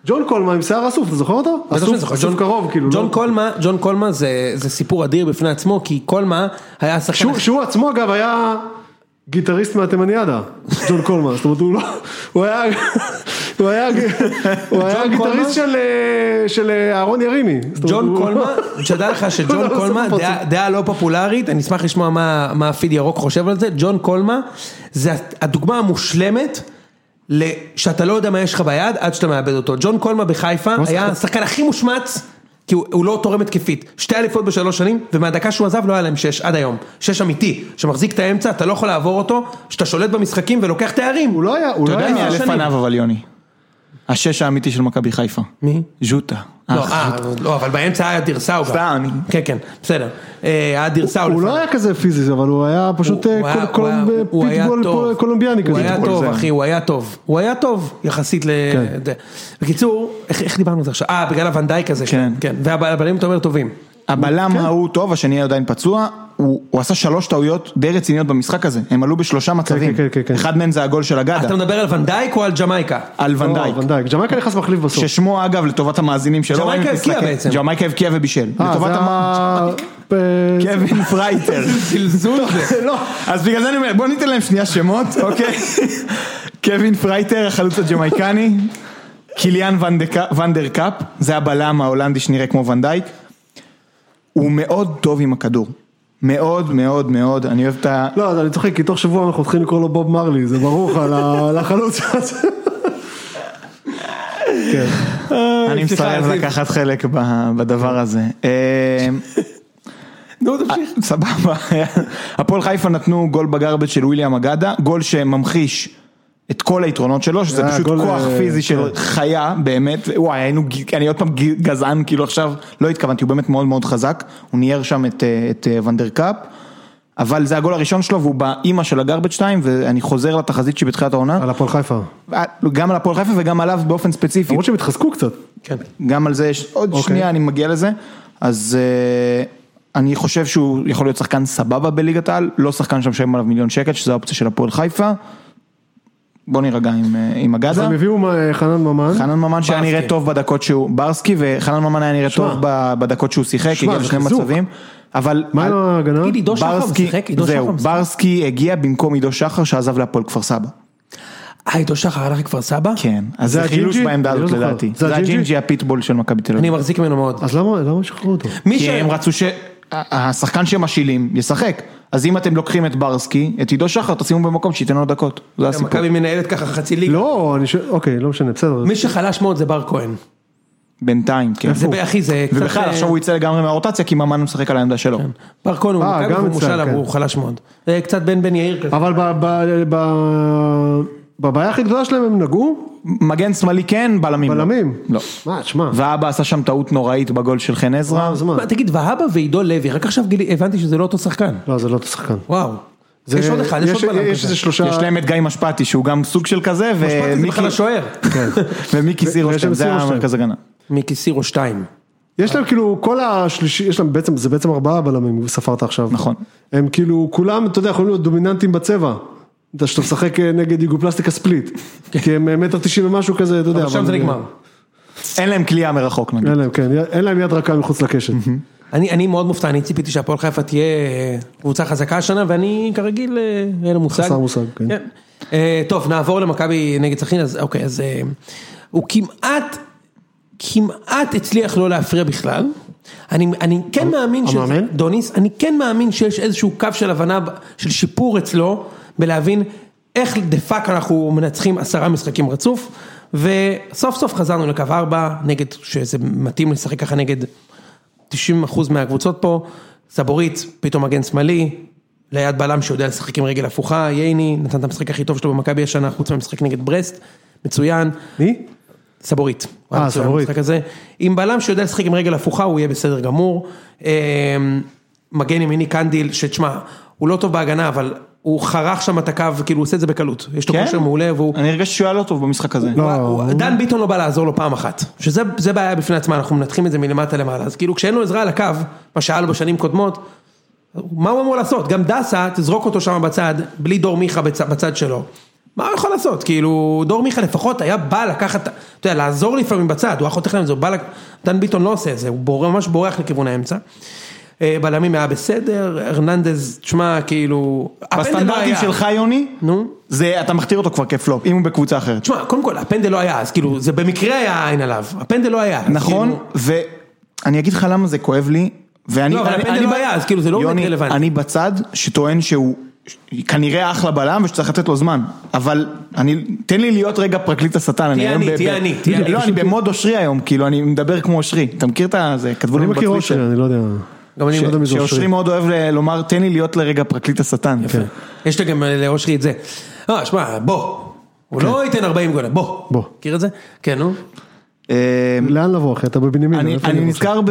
ג'ון קולמה עם שיער אסוף, אתה זוכר אותו? בטח שאני אסוף זוכר. אסוף ג'ון- קרוב, כאילו. ג'ון לא- קולמה, ג'ון קולמה זה, זה סיפור אדיר בפני עצמו, כי קולמה היה השחקן, שהוא- הכי- שהוא עצמו אגב היה גיטריסט מהתימניאדה, ג'ון קולמה, זאת אומרת הוא לא, הוא היה, הוא היה, הוא היה ג'ון גיטריסט קולמה? של, אה, של אה, אהרון ירימי. זאת אומרת, ג'ון הוא- קולמה, שתדע <laughs> לך הוא שג'ון לא קולמה, עושה פה דעה- פרצוף. דעה לא פופולרית, אני אשמח לשמוע מה, מה הפיד ירוק חושב על זה, ג'ון קולמה זה הדוגמה המושלמת. ל- שאתה לא יודע מה יש לך ביד עד שאתה מאבד אותו. ג'ון קולמה בחיפה לא היה השחקן הכי מושמץ, כי הוא, הוא לא תורם התקפית. שתי אליפות בשלוש שנים, ומהדקה שהוא עזב לא היה להם שש עד היום. שש אמיתי, שמחזיק את האמצע, אתה לא יכול לעבור אותו, שאתה שולט במשחקים ולוקח תארים. הוא לא היה, הוא אתה לא יודע מי היה, היה שנים. לפניו אבל יוני. השש האמיתי של מכבי חיפה. מי? ז'וטה. לא, אח. אה, לא, אבל באמצע היה דירסאו גם. סתם, אני- כן, כן, בסדר. אה, היה דירסאו הוא לא לפניו. היה כזה פיזי, אבל הוא היה פשוט הוא- אה, הוא קול- היה- קול- הוא היה- אה, הוא היה פיטבול טוב. פול- קולומביאני הוא כזה. היה כל טוב, זה. כן. אחי, הוא היה טוב. הוא היה טוב, יחסית ל... זה. בקיצור, איך איך דיברנו על זה עכשיו? אה, בגלל הוונדייק הזה. כן. כן, והבעלים, אתה אומר, טובים. הבלם אוקיי. ההוא טוב, השני היה עדיין פצוע, הוא הוא עשה שלוש טעויות די רציניות במשחק הזה, הם עלו בשלושה מצבים, כן, כן, כן. אחד מהם זה הגול של אתה אגדה, מדבר על ונדייק או על ג'מייקה? על לא, ונדייק, ונדייק. ג'מייקה נכנס מחליף בסוף. ששמו אגב לטובת המאזינים שלא ג'מייקה רואים את הבקיע המשחק, בעצם. ג'מייקה הבקיע ובישל, אה, לטובת זה המ- ה... אה, כן. קווין <laughs> פרייטר, <laughs> זלזול זה. לא, אז בגלל זה אני אומר, בוא ניתן להם שנייה שמות, <laughs> אוקיי, קווין פרייטר החלוץ הג'מייקני, קיליאן ונדק- ונדר קאפ, זה הבלם ההולנדי שנראה כמו ונדייק, הוא מאוד טוב עם הכדור, מאוד מאוד מאוד, אני אוהב את ה... לא, אז אני צוחק, כי תוך שבוע אנחנו הולכים לקרוא לו בוב מרלי, זה ברור לך, ל- לחלוץ הזה. כן. אני סליחה, מסרב זיו. לקחת חלק ב- בדבר הזה. אה, נו, תמשיך. סבבה. הפועל חיפה נתנו גול בגרבג' של וויליאם אגדה, גול שממחיש את כל היתרונות שלו, שזה היה פשוט גול, כוח אה, פיזי של חיה, באמת. וואי, היינו, ג- אני עוד פעם ג- גזען, כאילו עכשיו, לא התכוונתי, הוא באמת מאוד מאוד חזק. הוא ניער שם את, אה, את אה, ונדר קאפ. אבל זה הגול הראשון שלו והוא באימא של הגרבג' 2 ואני חוזר לתחזית שבתחילת העונה, אה, על הפועל חיפה. גם על הפועל חיפה וגם עליו באופן ספציפי. למרות שהם התחזקו קצת. כן. גם על זה יש, אוקיי. עוד okay. שנייה אני מגיע לזה, אז uh, אני חושב שהוא יכול להיות שחקן סבבה בליגת העל, לא שחקן שמשלם עליו מיליון שקל, שזו האופציה של הפועל חיפה. בוא נירגע עם, אה, עם אז הגזה. הם הביאו אה, חנן ממן. חנן ממן שהיה ברסקי. נראה טוב בדקות שהוא, ברסקי וחנן ממן היה נראה שמע. טוב ב- בדקות שהוא שיחק, שמע, הגיע זה לשני חיזוק. מצבים, אבל מה לא- עם ההגנה? תגיד, עידו שחר ברסקי, משחק? עידו שחר זהו, משחק? ברסקי הגיע במקום עידו שחר שעזב להפועל כפר סבא. אה, עידו שחר הלך לכפר סבא? כן, אז זה זה חילוש הג'ינג'י? בעמדה אני לא הזאת זוכר. לדעתי. זה זה הג'ינג'י? הג'ינג'י הפיטבול של מכבי תל אביב. אני מחזיק ממנו מאוד. אז למה למה שחררו אותו? מי כי הם רצו שהשחקן שהם משילים ישחק. אז אם אתם לוקחים את ברסקי, את עידו שחר, תשימו במקום שייתן לו דקות. זה הסיפור. מכבי מנהלת ככה חצי ליגה. לא, אני שואל, אוקיי, לא משנה, בסדר. מי שחלש מאוד זה בר כהן. בינתיים, כן. זה אחי, זה קצת... ובכלל, אה, כן. עכשיו הוא יצא לגמרי מהרוטציה, כי ממן משחק על העמדה שלו. בר כהן הוא אה, מכבי גם והוא אצלם, מושל, כן. אה. אבל הוא חלש מאוד. זה קצת בן בן יאיר כזה. אבל ב- ב- ב- בבעיה הכי גדולה שלהם הם נגעו מגן שמאלי כן, בלמים. לא. בלמים. לא. מה, תשמע. ואבא עשה שם טעות נוראית בגול של חן עזרא. מה, אז מה? מה, תגיד, והבה ועידו לוי, רק עכשיו גילי- הבנתי שזה לא אותו שחקן. לא, זה לא אותו שחקן. וואו. זה- יש עוד אחד, יש עוד בלם יש כזה. איזה שלושה... יש להם את גיא משפטי, שהוא גם סוג של כזה, משפטי זה ומיקי- בכלל השוער. כן. ומיקי ויש סירושטיין, גם זה סירושטיין. המרכז הגנה. מיקי סירו שתיים. יש להם כאילו כל השלישי, יש להם בעצם, זה בעצם ארבעה בלמים, ספרת עכשיו. נכון. הם כאילו, כולם, אתה יודע, יכולים להיות דומיננטים בצבע. אתה שאתה משחק אה, נגד יוגופלסטיקה ספליט. כי הם אה, מטר תשעים ומשהו כזה, אתה יודע. אבל שם זה נגמר. אין להם כליאה מרחוק נגיד. אין להם, כן, אין להם יד רכה מחוץ לקשת. אני, אני מאוד מופתע, אני ציפיתי שהפועל חיפה תהיה אה, קבוצה חזקה השנה, ואני כרגיל, אה, אין לי מושג. חסר מושג, כן. אה, טוב, נעבור למכבי נגד סכין, אז אוקיי, אז אה, הוא כמעט, כמעט הצליח לא להפריע בכלל. אני, אני כן מאמין, שזה- המאמן? דוניס, אני כן מאמין שיש איזשהו קו של הבנה, ב- של שיפור אצלו, בלהבין איך דה פאק אנחנו מנצחים עשרה משחקים רצוף, וסוף סוף חזרנו לקו ארבע, נגד, שזה מתאים לשחק ככה נגד 90% מהקבוצות פה, סבורית, פתאום מגן שמאלי, ליד בלם שיודע לשחק עם רגל הפוכה, ייני, נתן את המשחק הכי טוב שלו במכבי השנה, חוץ מהמשחק נגד ברסט, מצוין, מי? סבורית. הוא היה אה, מצוין סבורית. במשחק הזה. עם בלם שיודע לשחק עם רגל הפוכה, הוא יהיה בסדר גמור. אמ, מגן ימיני קנדיל, שתשמע, הוא לא טוב בהגנה, אבל הוא חרך שם את הקו, כאילו הוא עושה את זה בקלות. יש לו כן? כושר מעולה, אה, והוא... אני הרגשתי שהוא היה לא טוב במשחק הזה. הוא- הוא- דן ביטון לא בא לעזור לו פעם אחת, שזה זה בעיה בפני עצמה, אנחנו מנתחים את זה מלמטה למעלה, אז כאילו כשאין לו עזרה על הקו, מה שהיה לו בשנים קודמות, מה הוא אמור לעשות? גם דסה, תזרוק אותו שם בצד, בלי דור מיכה בצ- בצד שלו. מה הוא יכול לעשות? כאילו, דור מיכה לפחות היה בא לקחת, אתה יודע, לעזור לפעמים בצד, הוא היה חותך להם את זה, הוא בא, לק- דן ביטון לא עושה את זה, הוא בורח, ממש בורח לכיוון האמצע. אה, בלמים היה בסדר, הרננדז, תשמע, כאילו... הפנדל לא בסטנדרטים היה. שלך יוני, נו. זה אתה מכתיר אותו כבר כפלופ, אם הוא בקבוצה אחרת. תשמע, קודם כל, הפנדל לא היה, אז כאילו, זה במקרה היה עין עליו, הפנדל לא היה. אז נכון, כאילו- ואני אגיד לך למה זה כואב לי, ואני... לא, אבל אני- הפנדל אני לא ב- היה, אז כאילו זה לא באמת יוני, רלוונטי. אני בצד שטוען שהוא כנראה אחלה בלם ושצריך לתת לו זמן, אבל אני, תן לי להיות רגע פרקליט השטן. אני תהיה היום אני, ב- תהיה ב- אני, תהיה אני. לא, אני במוד אושרי היום, כאילו, אני מדבר כמו אושרי. אתה מכיר את ה... זה, כתבו לי אני מכיר בטוויטר. אושרי, אני לא יודע. גם אני לא יודע מי זה שאושרי אושרי. מאוד אוהב ל- לומר, תן לי להיות לרגע פרקליט השטן. יפה. יש לי גם לאושרי את זה. אה, שמע, בוא. הוא לא ייתן 40 גולים, בוא. כן. בוא. מכיר את זה? כן, נו. לאן לבוא אחי? אתה בבנימין. אה, אני איפה אני אבוא? נזכר ב-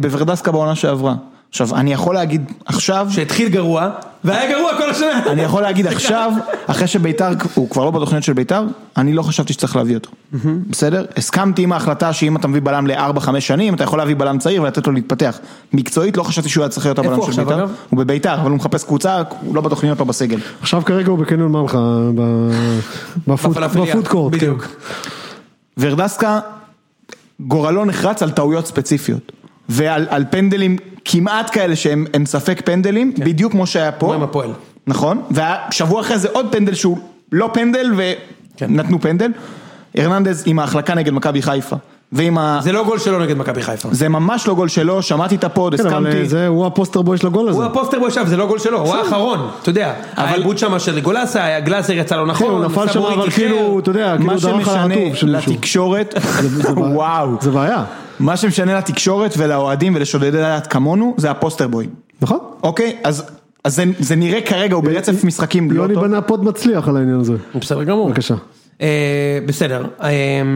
בוורדסקה בעונה שעברה. עכשיו, אני יכול להגיד עכשיו, שהתחיל גרוע, והיה גרוע כל השנה. אני יכול להגיד עכשיו, אחרי שביתר, הוא כבר לא בתוכניות של ביתר, אני לא חשבתי שצריך להביא אותו. בסדר? הסכמתי עם ההחלטה שאם אתה מביא בלם ל-4-5 שנים, אתה יכול להביא בלם צעיר ולתת לו להתפתח. מקצועית לא חשבתי שהוא היה צריך להיות איפה הבלם הוא של עכשיו, ביתר. אגב? הוא בביתר, אבל הוא מחפש קבוצה, הוא לא בתוכניות, לא בסגל. עכשיו כרגע הוא בקניון מלחה, ב- בפוד- בפלאפליה, בפודקורט. כן. בדיוק. ורדסקה, גורלו נחרץ על טעויות ספציפיות. ועל על פנדלים כמעט כאלה שהם הם ספק פנדלים, בדיוק כמו שהיה פה. כן. כמו עם הפועל. נכון, והשבוע אחרי זה עוד פנדל שהוא לא פנדל כן. ונתנו פנדל. הרננדז עם ההחלקה נגד מכבי חיפה. ועם ה... זה לא גול שלו נגד מכבי חיפה. זה ממש לא גול שלו, שמעתי את הפוד, כן, אבל הסכמתי. אה, זה- הוא הפוסטר בוי של הגול הזה. הוא הפוסטר בו שם, זה לא גול שלו, הוא האחרון, אתה יודע. העיבוד שם של גולסה, היה- גלאזר יצא לו כן, נכון, הוא נפל שם, סבורית אבל איחר. כאילו, אתה יודע, כאילו מה דרך על שמשנה הטוב של מישהו. לתקשורת, זה בעיה. וואו, זה בעיה, מה שמשנה לתקשורת ולאוהדים ולשודדי דעת כמונו, זה הפוסטר בוי. נכון? אוקיי, אז, אז זה, זה נראה כרגע, הוא ברצף משחקים לא אה, יוני טוב. בנה פוד מצליח על העניין הזה. הוא בסדר גמור. בבקשה. אה, בסדר. אה,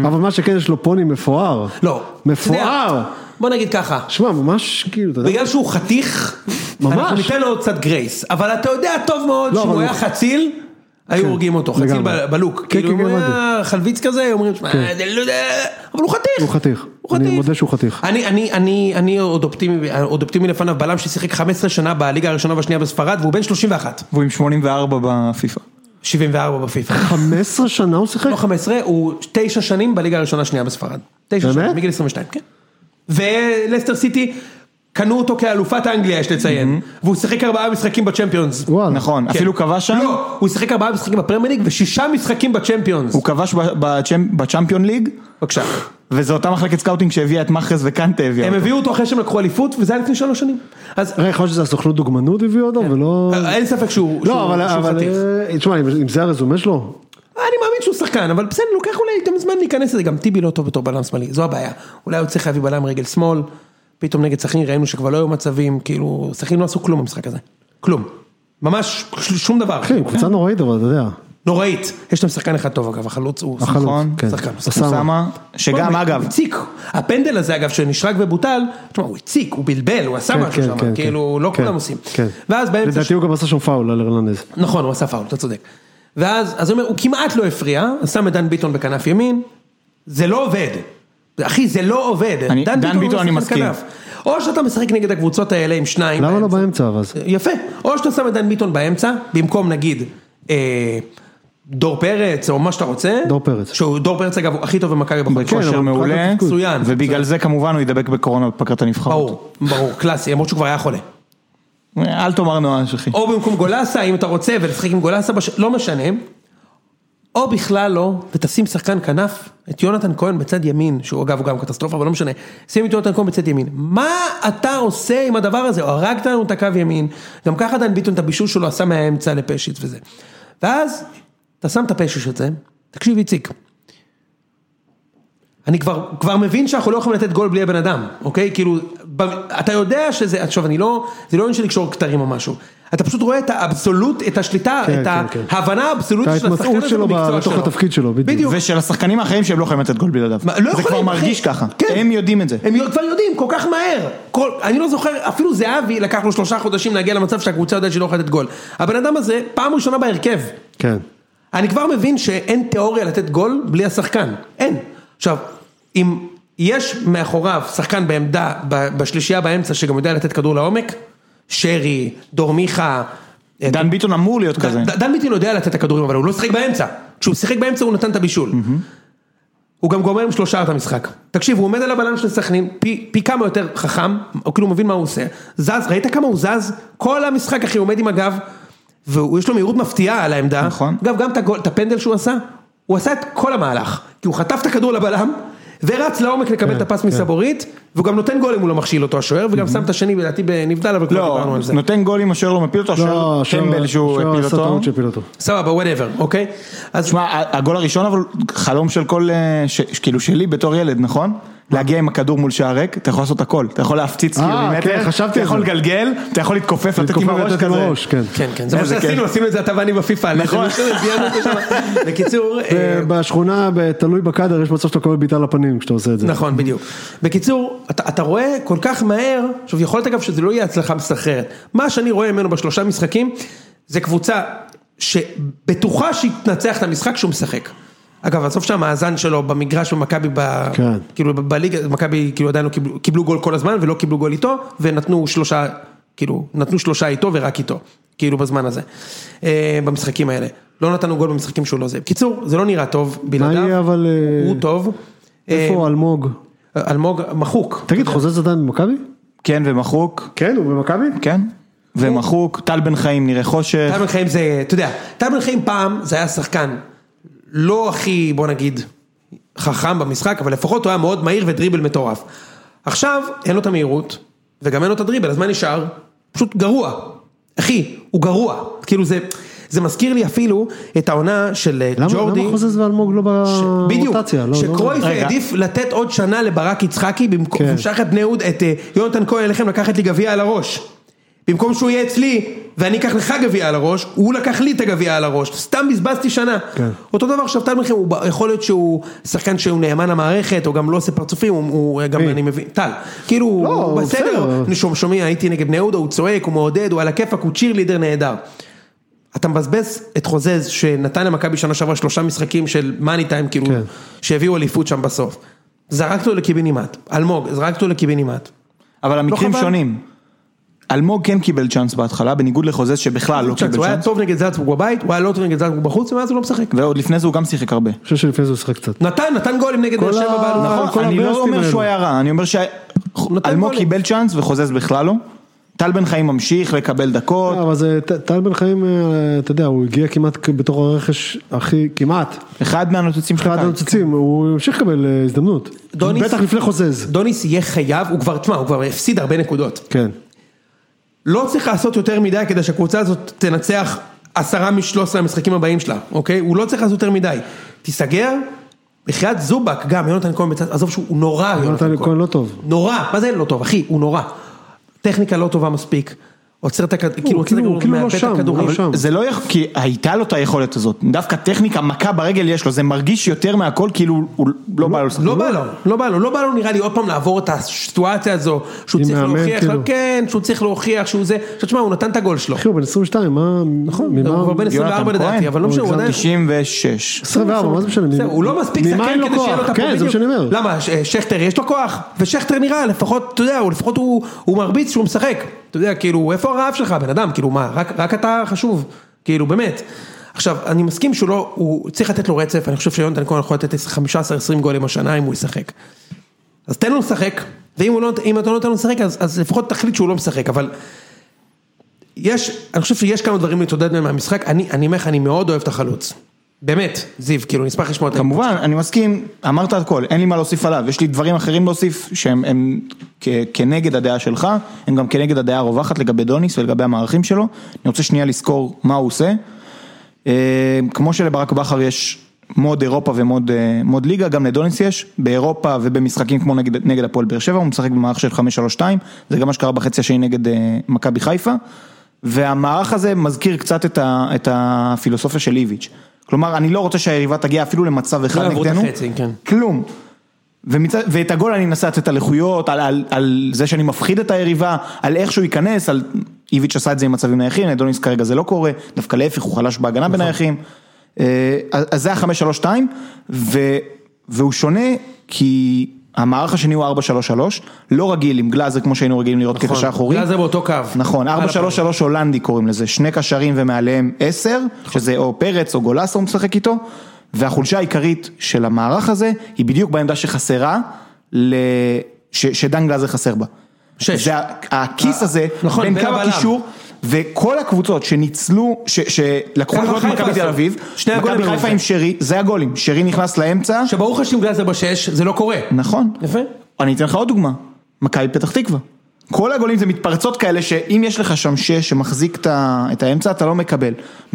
אבל מה שכן, יש לו פוני מפואר. לא. אתה מפואר! יודע, בוא נגיד ככה, שמע, ממש כאילו, אתה יודע. בגלל שהוא חתיך, ממש. אנחנו ניתן לו עוד קצת גרייס, אבל אתה יודע טוב מאוד לא, שהוא אבל היה הוא- חציל, היו כן, הורגים אותו, חציל לגמרי. ב- בלוק, כן, כאילו כן, אם הוא כן, היה חלביץ כזה, היו אומרים, שמע, זה לא יודע", אבל הוא חתיך, הוא חתיך. הוא אני חתיך. מודה שהוא חתיך. אני, אני, אני, אני עוד אופטימי, עוד אופטימי לפניו, בלם ששיחק 15 שנה בליגה הראשונה והשנייה בספרד, והוא בן 31, והוא עם 84 בפיפ"א. 74 בפיפ"א. 15 שנה הוא שיחק? לא 15, הוא 9 שנים בליגה הראשונה שנייה בספרד. 9 באמת? שנים, מגיל 22, כן. ולסטר סיטי, קנו אותו כאלופת אנגליה, יש לציין. והוא שיחק ארבעה משחקים בצ'מפיונס. וואלה. נכון, כן. אפילו כבש שם. לא, הוא שיחק ארבעה משחקים בפרמייר ליג ושישה משחקים בצ'מפיונס. הוא כבש ב- בצ'מ- בצ'מפיון ליג, בבקשה. וזו אותה מחלקת סקאוטינג שהביאה את מאחז וקנטה הביאה הם אותו. הביאו אותו אחרי שהם לקחו אליפות, וזה היה לפני שלוש שנים. אז הרי יכול להיות שזה הסוכנות דוגמנות הביא אותו, ולא... אין ספק שהוא לא, כן. אה, שהוא- אבל- שהוא אבל... חתיך. אה, תשמע, אם אם זה הרזומה שלו, אני מאמין שהוא שחקן, אבל בסדר, לוקח אולי גם זמן להיכנס לזה, גם טיבי לא טוב בתור בלם שמאלי, זו הבעיה. אולי הוא צריך להביא בלם רגל שמאל, פתאום נגד סכנין ראינו שכבר לא היו מצבים, כאילו, סכנין לא עשו כלום במשחק הזה. כלום. ממש ש- שום דבר. אחי, הוא קבוצה נוראית, אבל אתה יודע. נוראית. יש להם שחקן אחד טוב אגב, החלוץ הוא... החלוץ, נכון, כן. שחקן, אוסאמה. אוסאמה, שגם הוא אגב, הציק. הפנדל הזה אגב שנשרק ובוטל, תשמע, הוא הציק, הוא בלבל, הוא עשה כן, משהו כן, שם, כן, כאילו, כן. לא כן, כולם עושים. כן. ואז באמצע... לדעתי הוא גם עשה שם פאול על ארלנז. נכון, הוא עשה פאול, אתה צודק. ואז, אז הוא אומר, הוא כמעט לא הפריע, אז שם את דן ביטון בכנף ימין, זה לא עובד. אחי, זה לא עובד. אני- דן הוא ביטון, אני משחק מסכים. כנף. או שאתה משחק נגד הקבוצות האלה עם שניים. למה לא באמצע. אה. באמצע אבל? אז? יפה. או שאתה שם את דן ביטון באמצע, במקום נגיד, אה, דור פרץ, או מה שאתה רוצה. דור פרץ. שהוא דור פרץ אגב, הוא הכי טוב במכבי בחוץ. כן, אבל כושר מעולה, מבחינת התפקוד. ובגלל זה כמובן הוא ידבק בקורונה בפגרת הנבחרות. ברור, ברור, קלאסי, למרות שהוא כבר היה חולה. אל תאמר נואש אחי. או במקום גולסה, אם אתה רוצה, ולשחק עם גולסה, בש... לא משנה. או בכלל לא, ותשים שחקן כנף, את יונתן כהן בצד ימין, שהוא אגב הוא גם קטסטרופה, אבל לא משנה. שים את יונתן כהן בצד ימין. מה אתה עושה עם הדבר הזה? הרגת לנו את הקו ימין, גם ככה דן ביטון את הבישול שלו עשה מהאמצע לפשיץ וזה. ואז, אתה שם את הפשיש הזה, תקשיב איציק. אני כבר, כבר מבין שאנחנו לא יכולים לתת גול בלי הבן אדם, אוקיי? כאילו, ב, אתה יודע שזה, עכשיו אני לא, זה לא עניין של לקשור כתרים או משהו. אתה פשוט רואה את האבסולוט, את השליטה, כן, את כן, כן. ההבנה האבסולוטית את של השחקן ההתמצאות הזה שלו במקצוע בתוך שלו. התפקיד שלו, בדיוק. בדיוק. ושל השחקנים האחרים שהם לא יכולים לתת גול בלעדיו. מה, לא זה יכולים, כבר אחי. מרגיש ככה. כן. הם יודעים את זה. הם כבר יודעים כל כך מהר. כל, אני לא זוכר, אפילו זהבי לקח לו שלושה חודשים להגיע למצב שהקבוצה יודעת שהיא לא יכולה לתת גול. הבן אדם הזה, פעם ראשונה בהרכב. כן. אני כבר מבין שאין תיאוריה לתת גול בלי השחקן, אין. עכשיו, אם יש מאחוריו שחקן בעמדה, ב- בשלישייה באמצע שגם יודע לתת כדור לעומק, שרי, דור מיכה, אה, דן ביטון אמור להיות כזה. ד- דן ביטון יודע לתת את הכדורים, אבל הוא לא שיחק באמצע. כשהוא שיחק באמצע הוא נתן את הבישול. הוא גם גומר עם שלושה את המשחק. תקשיב, הוא עומד על הבלם של סכנין, פי, פי כמה יותר חכם, הוא כאילו מבין מה הוא עושה. זז, ראית כמה הוא זז? כל המשחק, אחי, הוא עומד עם הגב, ויש לו מהירות מפתיעה על העמדה. נכון. אגב, גם את, הגול, את הפנדל שהוא עשה, הוא עשה את כל המהלך. כי הוא חטף את הכדור לבלם, ורץ לעומק כן, לקבל את הפס מסבורית, והוא גם נותן גול אם הוא לא מכשיל אותו השוער, וגם שם את השני, לדעתי, בנבדל, אבל כבר דיברנו Mhm. לא, על זה. נותן גול אם השוער לא מפיל אותו, לא, השוער כן טמבל שהוא השוער הפיל עשה אותו. טעות שהפיל אותו. סבבה, וואטאבר, אוקיי? אז שמע, ה- הגול הראשון אבל חלום של כל, אה, ש- כאילו שלי בתור ילד, נכון? להגיע עם הכדור מול שער ריק, אתה יכול לעשות הכל, אתה יכול להפציץ אה, כאילו כן, ממטר, חשבתי אתה על יכול זה. לגלגל, אתה יכול להתכופף, לתת עם להתכופף הראש ולתת עם כזה. הראש, כן. כן, כן, זה מה איזה שעשינו, כיף. עשינו את זה אתה ואני בפיפ"א. נכון. אנחנו זיינו את זה שם. בקיצור, אה, בשכונה, ב- תלוי בקאדר, יש מצב שאתה קורא בעיטה לפנים כשאתה עושה את זה. נכון, בדיוק. בקיצור, אתה אתה רואה כל כך מהר, עכשיו יכול להיות אגב שזה לא יהיה הצלחה מסחררת. מה שאני רואה ממנו בשלושה משחקים, זה קבוצה שבטוחה שהיא תנצח את המשחק שהוא משחק. אגב, עזוב שהמאזן שלו במגרש במכבי, ב... כן. כאילו ב- בליגה, מכבי כאילו עדיין לא קיבלו, קיבלו גול כל הזמן ולא קיבלו גול איתו, ונתנו שלושה, כאילו, נתנו שלושה איתו ורק איתו, כאילו בזמן הזה, אה, במשחקים האלה. לא נתנו גול במשחקים שהוא לא זה. בקיצור, זה לא נראה טוב בלעדיו. יהיה אבל, אה, הוא טוב. אה, איפה אלמוג? אלמוג מחוק. תגיד, חוזז עדיין במכבי? כן, ומחוק, כן, הוא במכבי? כן, ומחוק, טל בן חיים נראה חושך, טל בן חיים זה, אתה יודע, טל בן חיים פעם זה היה שחקן לא הכי, בוא נגיד, חכם במשחק, אבל לפחות הוא היה מאוד מהיר ודריבל מטורף. עכשיו אין לו את המהירות, וגם אין לו את הדריבל, אז מה נשאר? פשוט גרוע. אחי, הוא גרוע. כאילו זה, זה מזכיר לי אפילו את העונה של אה, למה ג'ורדי. למה חוזז ואלמוג לא בדיוק, ברוטציה? לא- לא- שקרויף רגע. העדיף לתת עוד שנה לברק יצחקי, במקום, כן. הוא שלח את בני יהוד, את אה, יונתן כהן אליכם לקחת לי גביע על הראש. במקום שהוא יהיה אצלי, ואני אקח לך גביע על הראש, הוא לקח לי את הגביע על הראש, סתם בזבזתי שנה. כן. אותו דבר עכשיו טל מלחם, הוא ב- יכול להיות שהוא שחקן שהוא נאמן למערכת, הוא גם לא עושה פרצופים, הוא, הוא גם, מי? אני מבין, טל. כאילו, לא, הוא הוא בסדר, בסדר. אני שומע, שומע, הייתי נגד בני יהודה, הוא צועק, הוא מעודד, הוא על הכיפאק, הוא צ'יר לידר נהדר. אתה מבזבז את חוזז שנתן למכבי שנה שעברה שלושה משחקים של מאני טיים, כאילו, כן. שהביאו אליפות שם בסוף. זרקת אותו לקיבינימט, אלמוג, זרקת אותו לקיבינימט. אבל המקרים לא חבל? שונים. אלמוג כן קיבל צ'אנס בהתחלה, בניגוד לחוזז שבכלל לא קיבל הוא היה צ'אנס, טוב נגד זלצבורג בבית, הוא היה לא טוב נגד זלצבורג בחוץ, ומאז הוא לא משחק. ועוד לפני זה הוא גם שיחק הרבה. אני חושב שלפני זה הוא שיחק קצת. נתן, נתן גולים נגד באר שבע ה- בעלובה. נכון. כל אני לא הברסטים אומר האלו. שהוא היה רע, אני אומר נותן שאלמוג גולים. קיבל צ'אנס וחוזז בכלל לא. טל בן חיים ממשיך לקבל נכון. דקות. לא, אבל זה ט- טל בן חיים, אה, אתה יודע, הוא הגיע כמעט כ- בתור הרכש הכי, כמעט, נכון. אחד מהנוצצים שלך. אחד הנוצצים, הוא המשיך לקבל אה, הזדמנות. דוניס- נכון. בטח לפני חוזז. דוניס יהיה חייב, הוא כבר, תשמע, הוא כבר הפסיד הרבה נקודות. כן. לא צריך לעשות יותר מדי כדי שהקבוצה הזאת תנצח עשרה משלוש עשרה המשחקים הבאים שלה, אוקיי? הוא לא צריך לעשות יותר מדי. תיסגר, בחייאת זובק גם, יונתן כהן בצד, עזוב שהוא הוא נורא, יונתן כהן לא טוב. נורא, מה זה לא טוב, אחי, הוא נורא. טכניקה לא טובה מספיק. עוצר את הכדור, כאילו עוצר את כאילו- הכדור, כאילו לא מאבד את שם, הוא הכדורים. לא שם. זה לא יכול, כי הייתה לו את היכולת הזאת, דווקא טכניקה, מכה ברגל יש לו, זה מרגיש יותר מהכל כאילו הוא לא בא לו לשחק. לא בא לו, לא בא לו, לא בא לו נראה לי עוד פעם לעבור את הסיטואציה הזו, שהוא עם צריך מאמן, להוכיח, כאילו. כן, שהוא צריך להוכיח שהוא זה, עכשיו תשמע, הוא נתן את הגול שלו, אחי, הוא בן 22, מה... נכון, הוא כבר בן 24 יונתן לדעתי, כהן, אבל לא משנה, הוא הוא עדיין, 96. 24, מה זה משנה? זהו, הוא לא מספיק ממה זקן אין לו כדי שיהיה לו את לא. כוח? הפרק. כן, זה מה שאני אומר. למה, ש- שכטר יש לו כוח, ושכטר נראה, לפחות, אתה יודע, הוא- לפחות הוא הוא מרביץ שהוא משחק. אתה יודע, כאילו, איפה הרעב שלך, בן אדם? כאילו, מה, רק- רק אתה חשוב? כאילו, באמת. עכשיו, אני מסכים שהוא לא, הוא צריך לתת לו רצף, אני חושב שיונתן כהן יכול לתת 15-20 גולים השנה אם הוא ישחק. אז תן לו לשחק, ואם הוא לא, אם אתה לא נותן לו לשחק, אז, אז לפחות תחליט שהוא לא משחק, אבל יש, אני חושב שיש כמה דברים להתעודד מהם מהמשחק, אני אני אומר לך, אני מאוד אוהב את החלוץ. באמת, זיו, כאילו, נשמח לשמוע את כמובן, אני מסכים, אמרת הכל, אין לי מה להוסיף עליו, יש לי דברים אחרים להוסיף שהם הם כ- כנגד הדעה שלך, הם גם כנגד הדעה הרווחת לגבי דוניס ולגבי המערכים שלו, אני רוצה שנייה לזכור מה הוא עושה. אה, כמו שלברק בכר יש מוד אירופה ומוד אה, מוד ליגה, גם לדוניס יש, באירופה ובמשחקים כמו נגד, נגד הפועל באר שבע, הוא משחק במערך של 5-3-2, זה גם מה שקרה בחצי השני נגד אה, מכבי חיפה, והמערך הזה מזכיר קצת את, ה, את הפילוסופיה של איביץ'. כלומר, אני לא רוצה שהיריבה תגיע אפילו למצב אחד יעברו את נגדנו, החצי, כן. כלום. ומצ... ואת הגול אני אנסה לתת על איכויות, על, על, על זה שאני מפחיד את היריבה, על איך שהוא ייכנס, על איביץ' עשה את זה עם מצבים נייחים, לדוניס כרגע זה לא קורה, דווקא להפך הוא חלש בהגנה נכון. בנייחים. אה, אז אז זה החמש שלוש שתיים, ו... והוא שונה כי המערך השני הוא 4-3-3, לא רגיל עם גלאזר כמו שהיינו רגילים לראות כקשר אחורי. נכון. גלאזר באותו קו. נכון, על 4-3-3 הולנדי קוראים לזה, שני קשרים ומעליהם 10, נכון. שזה או פרץ או גולסה הוא משחק איתו, והחולשה העיקרית של המערך הזה, היא בדיוק בעמדה שחסרה, ל... ש... שדן גלאזר חסר בה. שש. זה ה- הכיס ה- הזה, נכון, בין בין קו הבלם. הקישור, וכל הקבוצות שניצלו, ש... שלקחו ככה נקודות כן, חיפה מכבי תל עשו. אביב, שני הגולים מכבי היו חיפה זה. עם שרי, זה הגולים, שרי נכנס לאמצע, שברוך השם גלאזר בשש, זה לא קורה. נכון. יפה. אני אתן לך עוד דוגמה, מכבי פתח תקווה. כל הגולים זה מתפרצות כאלה שאם יש לך שם שש שמחזיק את ה- את האמצע אתה לא מקבל.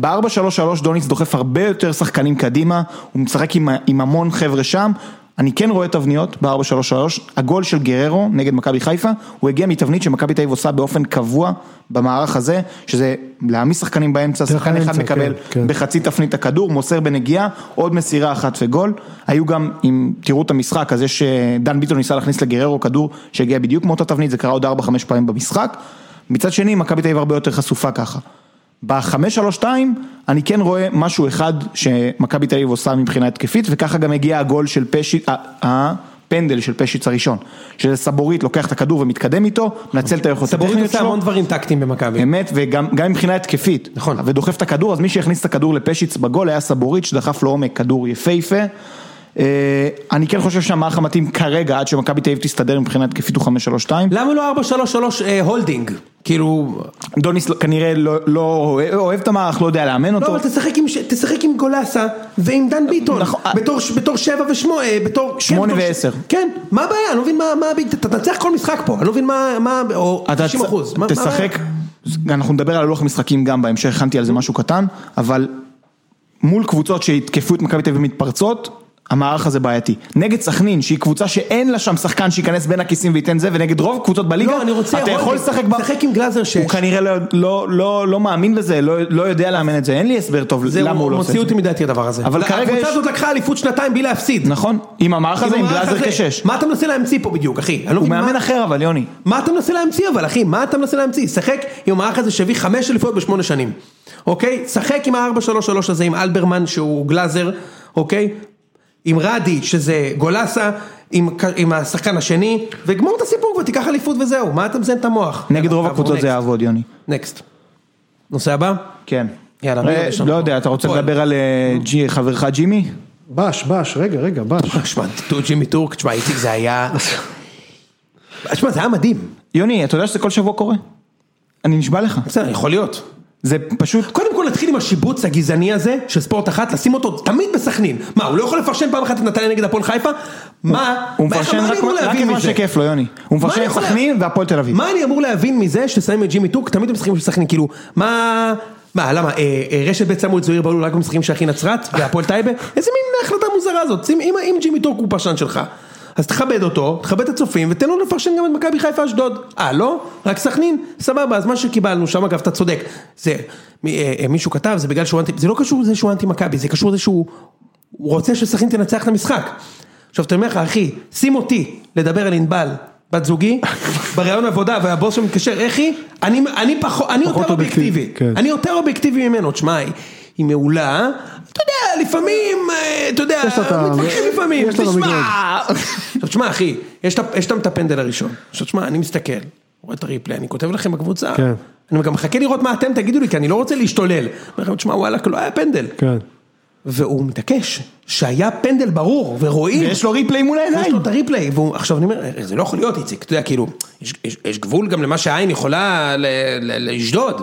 ב-4-3-3 דוניץ דוחף הרבה יותר שחקנים קדימה, הוא משחק עם, ה- עם המון חבר'ה שם. אני כן רואה תבניות ב-4-3-3, הגול של גררו נגד מכבי חיפה, הוא הגיע מתבנית שמכבי תל אביב עושה באופן קבוע במערך הזה, שזה להעמיס שחקנים באמצע, דרך שחקן אחד האמצע, מקבל כן, כן. בחצי תפנית הכדור, מוסר בנגיעה, עוד מסירה אחת וגול. היו גם, אם תראו את המשחק, אז יש, אה, דן ביטון ניסה להכניס לגררו כדור שהגיע בדיוק מאותה תבנית, זה קרה עוד 4-5 פעמים במשחק. מצד שני, מכבי תל אביב הרבה יותר חשופה ככה. ב-5-3-2, אני כן רואה משהו אחד שמכבי תל אביב עושה מבחינה התקפית, וככה גם הגיע הגול של פשיץ, ה- הפנדל של פשיץ הראשון. שזה סבורית, לוקח את הכדור ומתקדם איתו, מנצל את היכולת סבורית הטכנית עושה שלו. המון דברים טקטיים במכבי. אמת, וגם גם מבחינה התקפית. נכון. ודוחף את הכדור, אז מי שהכניס את הכדור לפשיץ בגול היה סבורית, שדחף לעומק כדור יפהפה. אה, אני כן חושב שהמערך המתאים כרגע, עד שמכבי תל אביב תסתדר מבחינה התקפית הוא 5-3-2. למה לא 433 אה, הולדינג? כאילו... דוניס לא- כנראה לא- לא אוהב- אוהב את המערך, לא יודע לאמן לא, אותו. אבל תשחק עם ש- תשחק עם גולסה ועם דן ביטון. נכון. בתור ש- בתור שבע ושמונה, אה, בתור... כן, שמונה בתור ש- ועשר. כן, מה הבעיה? אני לא מבין מה... מה הביג- אתה תנצח כל משחק פה, אני לא מבין מה... מה... או אתה 90 אחוז. צ- תשחק, אנחנו נדבר על לוח משחקים גם בהמשך, הכנתי על זה משהו קטן, אבל מול קבוצות שהתקפו את מכבי תל אביב מתפרצות, המערך הזה בעייתי. נגד סכנין, שהיא קבוצה שאין לה שם שחקן שייכנס בין הכיסים וייתן זה, ונגד רוב קבוצות בליגה, לא, אני רוצה אתה יכול הולדינג. לשחק ב... שחק עם גלאזר שש. הוא כנראה לא, לא, לא, לא מאמין בזה, לא, לא יודע לאמן את זה, אין לי הסבר טוב זהו, למה הוא לא עושה את מוציא זה. אותי מדעתי הדבר הזה. אבל כרגע יש- הקבוצה הזאת לקחה אליפות שנתיים בלי להפסיד. נכון, עם המערך הזה, עם המערך גלאזר הזה. כשש. מה אתה מנסה להמציא פה בדיוק, אחי? אני לא הוא מבין מה- מאמן אחר אבל, יוני. מה אתה מנסה להמציא אבל אחי, מה אתה מנסה להמציא? שחק עם המערך הזה שהביא חמש אליפויות בשמונה שנים, אוקיי? שחק עם ה-4-3-3 הזה, עם אלברמן שהוא גלאזר, אוקיי? עם רדי שזה גולסה, עם, ק- עם השחקן השני, וגמור את הסיפור כבר, תיקח אליפות וזהו, מה אתה מזיין את המוח? נגד רוב יאללה, הקבוצות זה תעבור יעבוד, יוני. next. נקסט. נושא הבא? כן. יאללה, מי עוד יש לנו לא פה? יודע, אתה רוצה הפועל. לדבר על אה, ג'י- חברך ג'ימי? בש, בש, רגע, רגע, בש. שמע, תראו, ג'ימי טורק, תשמע, איציק זה היה... תשמע, זה היה מדהים. יוני, אתה יודע שזה כל שבוע קורה? אני נשבע לך. בסדר, יכול להיות. זה פשוט... קודם כל נתחיל עם השיבוץ הגזעני הזה של ספורט אחת, לשים אותו תמיד בסכנין. מה, הוא לא יכול לפרשן פעם אחת את נתניה נגד הפועל חיפה? מה? הוא מה- מפרשן מה אני רק אמור רק להבין את מה מזה? שכיף לו, יוני. הוא מה מפרשן אני את יכול לה- סכנין והפועל תל אביב. מה אני אמור להבין מזה ששמים את ג'ימי טורק, תמיד במשחקים של סכנין, כאילו, מה... מה, למה, אה, אה, רשת בית סמואל זוהיר בהלול רק במשחקים של אחי נצרת והפועל טייבה? איזה מין החלטה מוזרה זאת, אם, אם, אם ג'ימי טורק הוא פרשן שלך, אז תכבד אותו, תכבד את הצופים ותן לו לפרשן גם את מכבי חיפה אשדוד. אה, לא? רק סכנין? סבבה, אז מה שקיבלנו שם, אגב, אתה צודק. זה, מ, אה, אה, מישהו כתב, זה בגלל שהוא אנטי, זה לא קשור לזה שהוא אנטי מכבי, זה קשור לזה שהוא הוא רוצה שסכנין תנצח את המשחק. עכשיו, אתה אומר לך, אחי, שים אותי לדבר על ענבל, בת זוגי, בראיון עבודה, והבוס שם מתקשר, אחי, אני, אני, פחו, אני יותר אובייקטיבי, אובייקטיבי, כן. אני יותר אובייקטיבי ממנו, תשמע, היא, היא מעולה, אתה יודע, לפעמים, אה, אתה יודע, יש לה את ה- מתווכחים לפעמים, יש לה את תשמע, המדרג. עכשיו תשמע אחי, יש את ה- יש להם את הפנדל הראשון, עכשיו תשמע, אני מסתכל, רואה את הריפלי, אני כותב לכם בקבוצה, כן. אני גם מחכה לראות מה אתם תגידו לי, כי אני לא רוצה להשתולל, אומר לכם, תשמע, וואלכ, לא היה פנדל, כן. והוא מתעקש שהיה פנדל ברור, ורואים, ויש לו ריפליי מול יש העיניים. לו את הריפליי, והוא- עכשיו אני אומר, זה לא יכול להיות איציק, אתה יודע, כאילו, יש- יש- יש גבול גם למה שהעין יכולה ל- ל- לשדוד.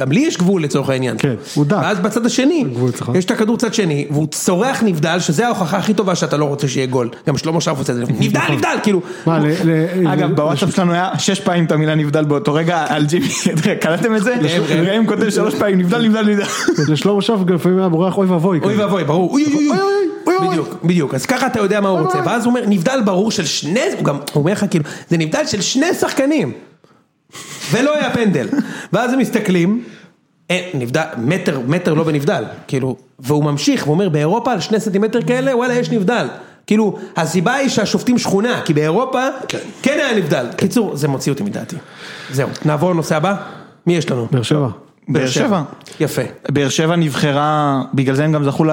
גם לי יש גבול לצורך העניין. כן, הוא דק. ואז בצד השני, גבול אצלך. יש את הכדור צד שני, והוא צורח נבדל, שזה ההוכחה הכי טובה שאתה לא רוצה שיהיה גול. גם שלמה שרף עושה את זה, נבדל, נבדל, כאילו. מה, ל... ל- אגב, ל- בוואטסאפ שלנו היה שש פעמים את המילה נבדל באותו רגע על ג'ימי. <laughs> קלטתם את זה? ראם. ראם כותב שלוש פעמים, נבדל, נבדל, נבדל. לשלמה שרף גם לפעמים היה בורח אוי ואבוי. כן. אוי כזה. ואבוי, ברור, אוי כן. אוי אוי, אוי, אוי, אוי, אוי. בדיוק, בדיוק, אז ככה אתה יודע מה הוא רוצה, אוי. ואז הוא אומר, נבדל ברור של שני, הוא גם הוא אומר לך כאילו, זה נבדל של שני שחקנים, ולא היה פנדל, <laughs> ואז הם מסתכלים, אין, נבדל, מטר, מטר לא בנבדל, כאילו, והוא ממשיך, ואומר, באירופה על שני סנטימטר כאלה, וואלה, יש נבדל. כאילו, הסיבה היא שהשופטים שכונה, כי באירופה כן היה נבדל. קיצור, זה מוציא אותי מדעתי. זהו, נעבור לנושא הבא, מי יש לנו? באר שבע. באר שבע. יפה. באר שבע נבחרה, בגלל זה הם גם זכו ל-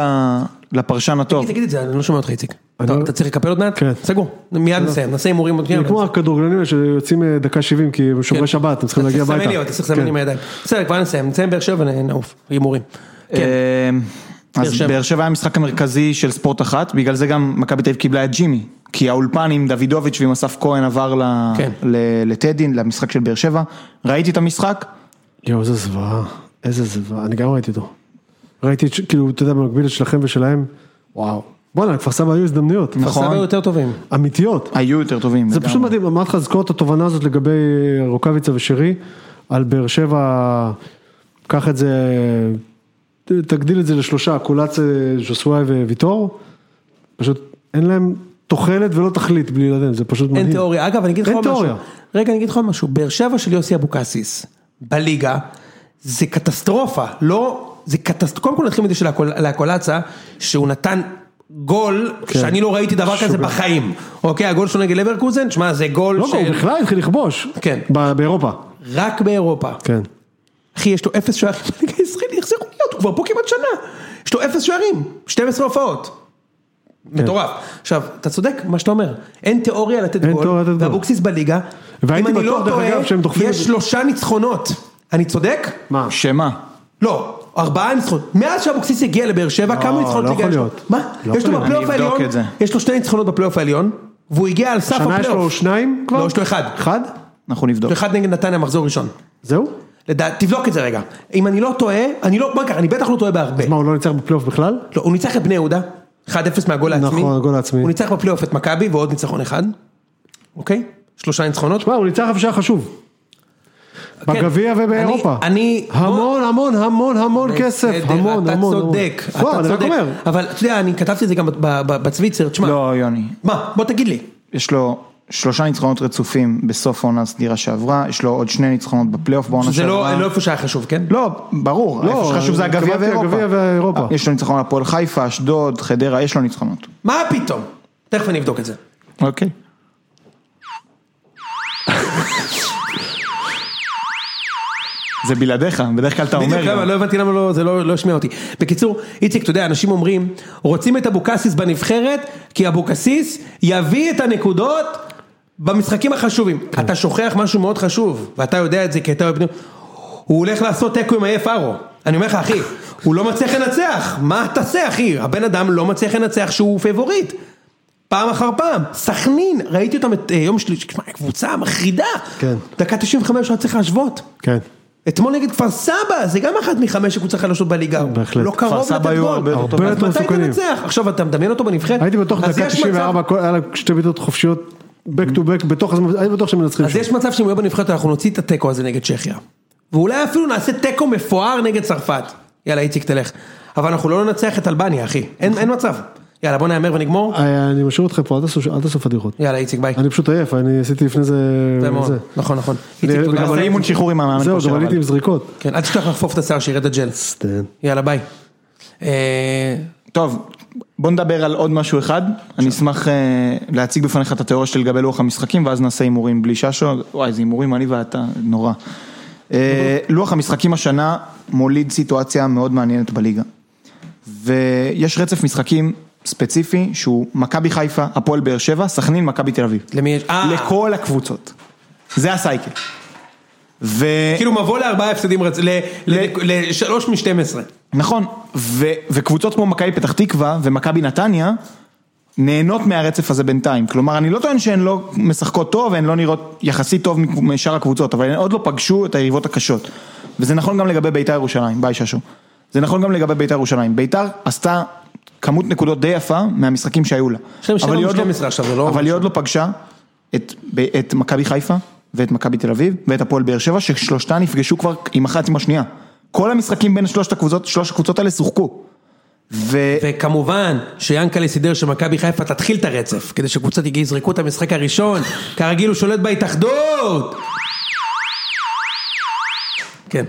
לפרשן הטוב. תגיד, תגיד את זה, אני לא שומע אותך איציק. אני אתה לא- אתה צריך לקפל עוד מעט? כן. סגור. מיד נסיים, נעשה הימורים עוד שנייה. זה כמו הכדורגלנים האלה שיוצאים אה, דקה 70 כי הם שומרי שבת, הם צריכים להגיע כן. תסמן לי הביתה. כן. עוד, תסמן לי עם הידיים. בסדר, כבר נסיים, נסיים באר שבע ונעוף. הימורים. כן. אה, באר אז שבע. באר שבע היה המשחק המרכזי של ספורט אחת, בגלל זה גם מכבי תל אביב קיבלה את ג'ימי. כי האולפן עם דוידוביץ' ועם אסף כהן עבר ל- כן. ל- לטדין, למשחק של באר שבע. ראיתי את המשחק, יואו, איזה זוועה, איזה זוועה, אני גם ראיתי אותו. ראיתי, את ש- כאילו, אתה יודע, במקביל שלכם ושלהם, וואו. בואנה, כפר סבא היו הזדמנויות, כפר סבא נכון. היו יותר טובים. אמיתיות. היו יותר טובים. זה לגמרי. פשוט מדהים, אמרתי לך לזכור את התובנה הזאת לגבי רוקאביצה ושירי, על באר שבע, קח את זה, ת- תגדיל את זה לשלושה, קולאצ, ז'וסוואי וויטור, פשוט אין להם תוחלת ולא תכלית בלי ילדים, זה פשוט מדהים. אין תיאוריה. אגב, אני אגיד לך אין עוד משהו. תיאוריה. רגע, אני אגיד לך עוד משהו. באר שבע של יוסי אבוקסיס, בליגה, זה קטסטרופה. לא, זה קטסטרופה. קודם כל נתחיל מזה של הקול- הקולאצה, שהוא נתן גול, שאני לא ראיתי דבר כזה כן. שוגע. בחיים. אוקיי, הגול שלו נגד לברקוזן, שמע, זה גול לא, הוא של... בכלל התחיל לכבוש, כן. ב- באירופה, רק באירופה. כן. אחי, יש לו אפס שערים <laughs> בליגה הישראלית, איך זה יכול להיות? הוא כבר פה כמעט שנה. יש לו אפס שערים, 12 הופעות. כן. מטורף. עכשיו, אתה צודק, מה שאתה אומר, אין תיאוריה לתת אין תיאוריה גול, לתת גול. ואבוקסיס בליגה, והייתי אם אני בטוח, לא דרך טועה, אגב, שהם דוחפים את יש זה. שלושה ניצחונות. אני צודק? מה? שמה? לא, ארבעה ניצחונות. מאז שאבוקסיס הגיע לבאר שבע, כמה ניצחונות לא ליגה יכול יש לו? להיות. מה? לא יש יכול לו בפלייאוף להיות. אני אבדוק העליון, את זה. יש לו שתי ניצחונות בפלייאוף העליון, והוא הגיע על סף שנה יש לו הפלייאוף. שניים כבר? לא, יש לו אחד. אחד? אנחנו נבדוק. אחד נגד נתניה, מחזור ראשון. זהו? לדעתי, תבדוק את זה רגע. אם אני לא טועה, אני לא, מה ככה, אני בטח לא טועה בהרבה. אז מה, הוא לא ניצח בפלייאוף בכלל? לא, הוא ניצח את בני יהודה, 1-0 מהגול העצמי. נכון, הגול העצמי. הוא ניצח בפלייאוף את מכבי ועוד ניצחון אחד, אוקיי? שלושה ניצחונות. שמע, הוא ניצח איפה שהיה חשוב. כן. בגביע ובאירופה. אני... אני- המון, המון, המון, המון בוא, כסף, בסדר, המון, המון. אתה המון. צודק, אתה לא, אני רק צודק. אומר. אבל אתה יודע, אני כתבתי את זה גם ב- ב- ב- בצוויצר, תשמע. לא, יוני. מה? בוא תגיד לי. יש לו שלושה ניצחונות רצופים בסוף העונה הסדירה שעברה, יש לו עוד שני ניצחונות בפלייאוף בעונה שזה לא שעברה. לא איפה שהיה חשוב, כן? לא, ברור, לא, איפה שחשוב זה הגביע התכוונתי ואירופה. הגביע ואירופה. יש לו ניצחון על הפועל חיפה, אשדוד, חדרה, יש לו ניצחונות. מה פתאום? תכף אני אבדוק את זה. אוקיי. זה בלעדיך, בדרך כלל אתה אומר. בדיוק למה, גם. לא הבנתי למה לא- זה לא לא השמיע אותי. בקיצור, איציק, אתה יודע, אנשים אומרים, רוצים את אבוקסיס בנבחרת, כי אבוקסיס יביא את הנקודות במשחקים החשובים. כן. אתה שוכח משהו מאוד חשוב, ואתה יודע את זה כי אתה אוהב... בני- הוא הולך לעשות תיקו עם אייף ארו. אני אומר לך, אחי, הוא לא מצליח לנצח. מה תעשה, אחי? הבן אדם לא מצליח לנצח שהוא פייבוריט. פעם אחר פעם, סכנין, ראיתי אותם את אה, יום שלישי, תשמע, קבוצה מחרידה. כן. דקה 95 היה צריך להשוות. כן. אתמול נגד כפר סבא, זה גם אחת מחמש הקבוצה החלשות בליגה. בהחלט. לא קרוב כפר סבא לתת היו גול. הרבה יותר הרבה אז יותר מתי מסוכנים. תנצח? עכשיו אתה מדמיין אותו בנבחרת? הייתי בטוח אז דקה יש מצב- 94, כל- היה לה שתי בעיטות חופשיות, back to back, בתוך הזמן, הייתי בטוח שהם מנצחים אז שם. יש מצב שאם הוא יהיה בנבחרת אנחנו נוציא את התיקו הזה נגד צ'כיה. ואולי אפילו נעשה תיקו מפואר נגד צרפת. יאללה איציק תלך. אבל אנחנו לא ננצח את אלבניה אחי, אין אין מצב. יאללה בוא נהמר ונגמור. אה, אני משאיר אותך פה, אל תעשו- אל תעשו פדיחות. יאללה איציק ביי. אני פשוט עייף, אני עשיתי לפני זה... יפה מאוד. זה. נכון נכון. איציק וגם תודה. אבל אימון שחרור עם המאמן זהו, כושר, גם עליתי אבל. עם זריקות. כן, אל תשכח לחפוף את השיער שירד הג'ל. כן. יאללה ביי. אה, טוב, בוא נדבר על עוד משהו אחד. אני אשמח אה, להציג בפניך את התיאוריה שלי לגבי לוח המשחקים, ואז נעשה הימורים בלי ששו. וואי, איזה הימורים, אני ואתה, נורא. אה, לוח המשחקים השנה מוליד סיטואציה מאוד מעניינת בליגה. ויש רצף משחקים ספציפי שהוא מכבי חיפה, הפועל באר שבע, סכנין, מכבי תל אביב. למי יש? אה. לכל הקבוצות. זה הסייקל. ו... כאילו מבוא לארבעה הפסדים רצ... ל- ל- לשלוש משתים עשרה. נכון, ו, וקבוצות כמו מכבי פתח תקווה ומכבי נתניה נהנות מהרצף הזה בינתיים. כלומר, אני לא טוען שהן לא משחקות טוב והן לא נראות יחסית טוב מק- משאר הקבוצות, אבל הן עוד לא פגשו את היריבות הקשות. וזה נכון גם לגבי ביתר ירושלים, ביי ששו. זה נכון גם לגבי ביתר ירושלים. ביתר עשתה כמות נקודות די יפה מהמשחקים שהיו לה. יש להם שבע אבל היא מ- עוד לא- 12 עכשיו, זה לא- אבל היא עוד לא פגשה את, ב- את מכבי חיפה ואת מכבי תל אביב ואת הפועל באר שבע, ששלושתן נפגשו כבר עם אחת עם השנייה. כל המשחקים בין שלושת הקבוצות, שלוש הקבוצות האלה שוחקו. ו... וכמובן שיאנקל'ה סידר שמכבי חיפה תתחיל את הרצף, כדי שקבוצת יגיע- יזרקו את המשחק <laughs> הראשון, כרגיל הוא שולט בהתאחדות! כן.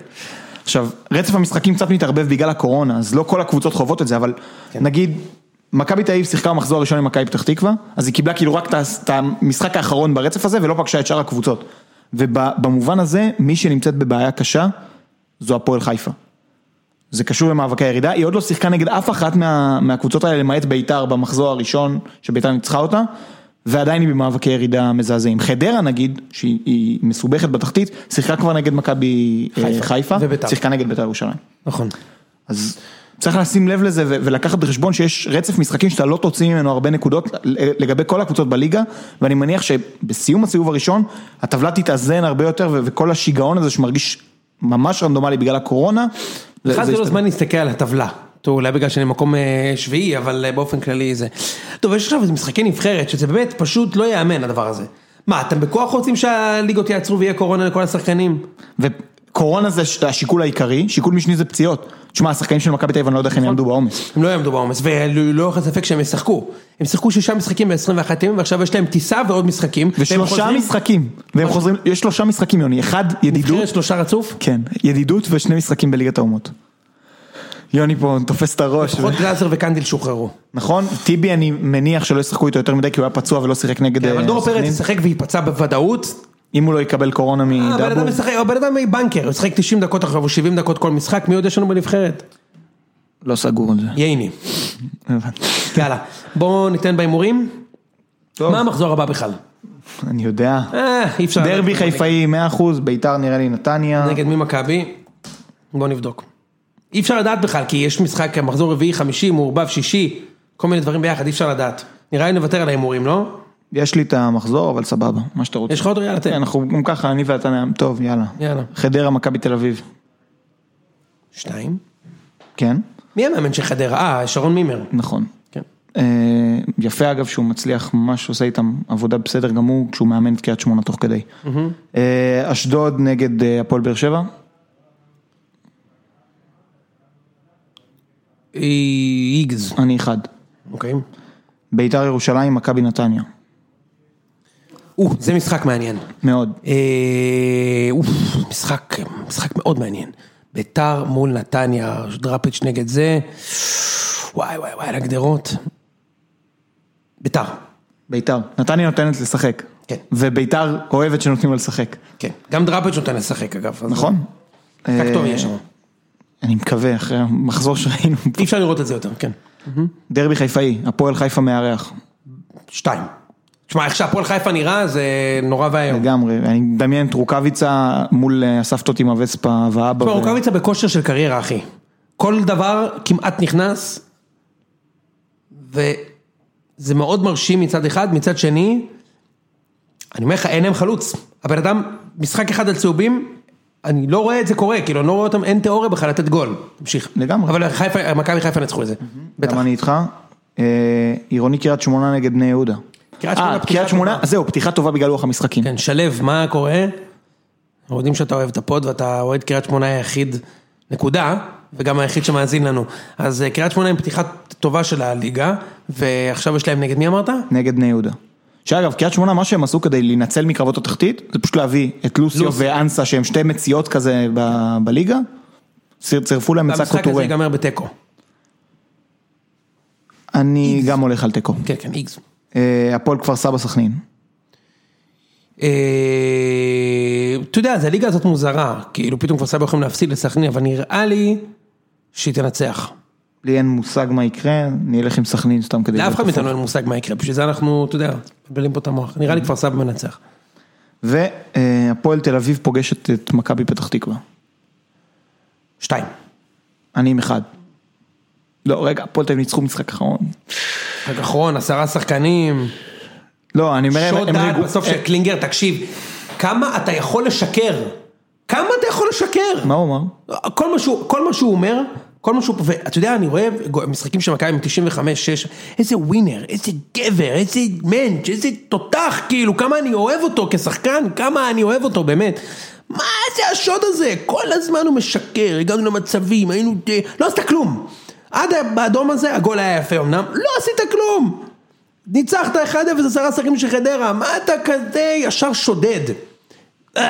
עכשיו, רצף המשחקים קצת מתערבב בגלל הקורונה, אז לא כל הקבוצות חוות את זה, אבל כן. נגיד, מכבי תל אביב שיחקה במחזור הראשון עם מכבי פתח תקווה, אז היא קיבלה כאילו רק את ה- את המשחק האחרון ברצף הזה, ולא פגשה את שאר הקבוצות. ובמובן הזה, מי שנמצאת בבעיה קשה, זו הפועל חיפה. זה קשור למאבקי הירידה, היא עוד לא שיחקה נגד אף אחת מה, מהקבוצות האלה, למעט ביתר במחזור הראשון שביתר ניצחה אותה, ועדיין היא במאבקי ירידה מזעזעים. חדרה נגיד, שהיא היא מסובכת בתחתית, שיחקה כבר נגד מכבי אה, חיפה. חיפה, וביתר. שיחקה נגד ביתר ירושלים. נכון. אז צריך לשים לב לזה ו- ולקחת בחשבון שיש רצף משחקים שאתה לא תוציא ממנו הרבה נקודות אה, לגבי כל הקבוצות בליגה, ואני מניח שבסיום הסיבוב הראשון הטבלה תתאזן הרבה יותר ו- וכל השיגעון הזה שמרגיש ממש רנדומלי בגלל הקורונה. זה- בכלל זה זה לא יסתדר. זמן להסתכל על הטבלה. טוב, אולי בגלל שאני מקום אה, שביעי, אבל אה, באופן כללי זה. טוב, יש עכשיו איזה משחקי נבחרת, שזה באמת פשוט לא ייאמן הדבר הזה. מה, אתם בכוח רוצים שהליגות יעצרו ויהיה קורונה לכל השחקנים? וקורונה זה הש- השיקול העיקרי, שיקול משני זה פציעות. תשמע, השחקנים של מכבי תל אביב, אני לא יודע איך הם יעמדו בעומס. הם לא יעמדו בעומס, ולא יכול ספק שהם ישחקו. הם שיחקו שישה משחקים ב-21 ימים, ועכשיו יש להם טיסה ועוד משחקים. והם ושלושה חוזרים- נכון. משחקים, והם חוזרים, יש שלושה משחקים יוני, אחד ידידות, נבחרת שלושה רצוף? כן, ידידות ושני משחקים בליגת האומות. יוני פה תופס את הראש. לפחות גלאזר וקנדיל שוחררו. נכון? טיבי אני מניח שלא ישחקו איתו יותר מדי כי הוא היה פצוע ולא שיחק נגד... כן, אבל אה, דור פרץ סכנין. ישחק וייפצע בוודאות. אם הוא לא יקבל קורונה אה, הבן אדם מדאבור. משחק, הבן אדם היא בנקר, הוא ישחק 90 דקות עכשיו, או 70 דקות כל משחק, מי עוד יש לנו בנבחרת? לא סגור על זה. ייני. הבנתי. יאללה, בואו ניתן בהימורים. מה המחזור הבא בכלל? אני יודע. אה, אי אפשר... דרבי לדעת. חיפאי 100%, ביתר נראה לי נתניה. נגד מי מכבי? בואו נבדוק. אי אפשר לדעת בכלל, כי יש משחק מחזור רביעי, חמישי, מעורבב, שישי, כל מיני דברים ביחד, אי אפשר לדעת. נראה לי נוותר על ההימורים, לא? יש לי את המחזור אבל סבבה, מה שאתה רוצה. יש לך עוד יאללה, כן, תן. אנחנו גם ככה, אני ואתה נעם, טוב יאללה. יאללה. חדרה מכבי תל אביב. שתיים. כן, מי המאמן של חדרה? אה, שרון מימר. נכון. כן. אה, יפה אגב שהוא מצליח ממש עושה איתם עבודה בסדר גמור כשהוא מאמן את קריית שמונה תוך כדי. אה, אשדוד נגד אה, הפועל באר שבע. אה, איגז. אני אחד. אוקיי. ביתר ירושלים, מכבי נתניה. או, זה משחק מעניין. מאוד. אה, אוף, משחק, משחק מאוד מעניין. ביתר מול נתניה, דראפיץ' נגד זה. וואי וואי וואי, על הגדרות. ביתר. ביתר. נתניה נותנת לשחק. כן. וביתר אוהבת שנותנים לה לשחק. כן. גם דראפיץ' נותן לשחק אגב. אז- נכון? משחק אה, טוב יש שם. אני מקווה, אחרי המחזור שראינו. אי אפשר לראות את זה יותר, כן. דרבי חיפאי, הפועל חיפה מארח. שתיים. תשמע, איך שהפועל חיפה נראה זה נורא ואיום. לגמרי. אני מדמיין את רוקאביצה מול אה, הסבתות עם הווספה והאבא. תשמע, ו- רוקאביצה בכושר של קריירה, אחי. כל דבר כמעט נכנס, וזה מאוד מרשים מצד אחד, מצד שני, אני אומר לך, אין להם חלוץ. הבן אדם, משחק אחד על צהובים, אני לא רואה את זה קורה, כאילו, אני לא רואה אותם, אין תיאוריה בכלל לתת גול. תמשיך. לגמרי. אבל חיפה, מכבי חיפה נצחו את זה. בטח. גם אני איתך. אה, עירוני קריית שמונה נגד בני יהודה. קריית שמונה אה, פתיחה קריית שמונה, טובה. זהו, פתיחה טובה בגלל לוח המשחקים. כן, שלו, מה קורה? אנחנו יודעים שאתה אוהב את הפוד ואתה אוהד קריית שמונה היחיד, נקודה, וגם היחיד שמאזין לנו. אז אה, קריית שמונה עם פתיחה טובה של הליגה, ועכשיו יש להם נגד מי אמרת? נגד בני יהודה. שאגב, קריית שמונה, מה שהם עשו כדי להינצל מקרבות התחתית, זה פשוט להביא את לוסיו לוסיו. ואנסה, שהם שתי מציאות כזה ב- בליגה, ציר- צירפו להם את סאקו המשחק הזה טורי. ייגמר בתיקו. אני גם הולך על תיקו. כן, כן, איגז. אה, הפועל כפר סבא סכנין. אה, אתה יודע, אז הליגה הזאת מוזרה, כאילו פתאום כפר סבא יכולים להפסיד לסכנין, אבל נראה לי שהיא תנצח. לי אין מושג מה יקרה, אני אלך עם סכנין סתם כדי... לאף להיות אחד מאיתנו לא- הפוך. אין מושג מה יקרה, בשביל זה אנחנו, אתה יודע, מבלבלים פה את המוח. נראה לי כפר סבא מנצח. והפועל אה, תל אביב פוגשת את מכבי פתח תקווה. שתיים. אני עם אחד. לא, רגע, הפועל תל אביב ניצחו משחק אחרון. רק אחרון, עשרה שחקנים. לא, אני אומר, הם- שוד הם אה, דעת ריגעו- בסוף של קלינגר, תקשיב, כמה אתה יכול לשקר? כמה אתה יכול לשקר? מה הוא אמר? כל מה שהוא, כל מה שהוא אומר, כל מה שהוא, ואתה יודע, אני רואה גו- משחקים של מכבי עם 95-6, איזה ווינר, איזה גבר, איזה מענץ', איזה תותח, כאילו, כמה אני אוהב אותו כשחקן, כמה אני אוהב אותו, באמת. מה זה השוד הזה? כל הזמן הוא משקר, הגענו למצבים, היינו, אה, לא עשית כלום. עד ה- באדום הזה, הגול היה יפה אמנם, לא עשית כלום. ניצחת 1-0 עשרה שחקים של חדרה, מה אתה כזה ישר שודד? אה.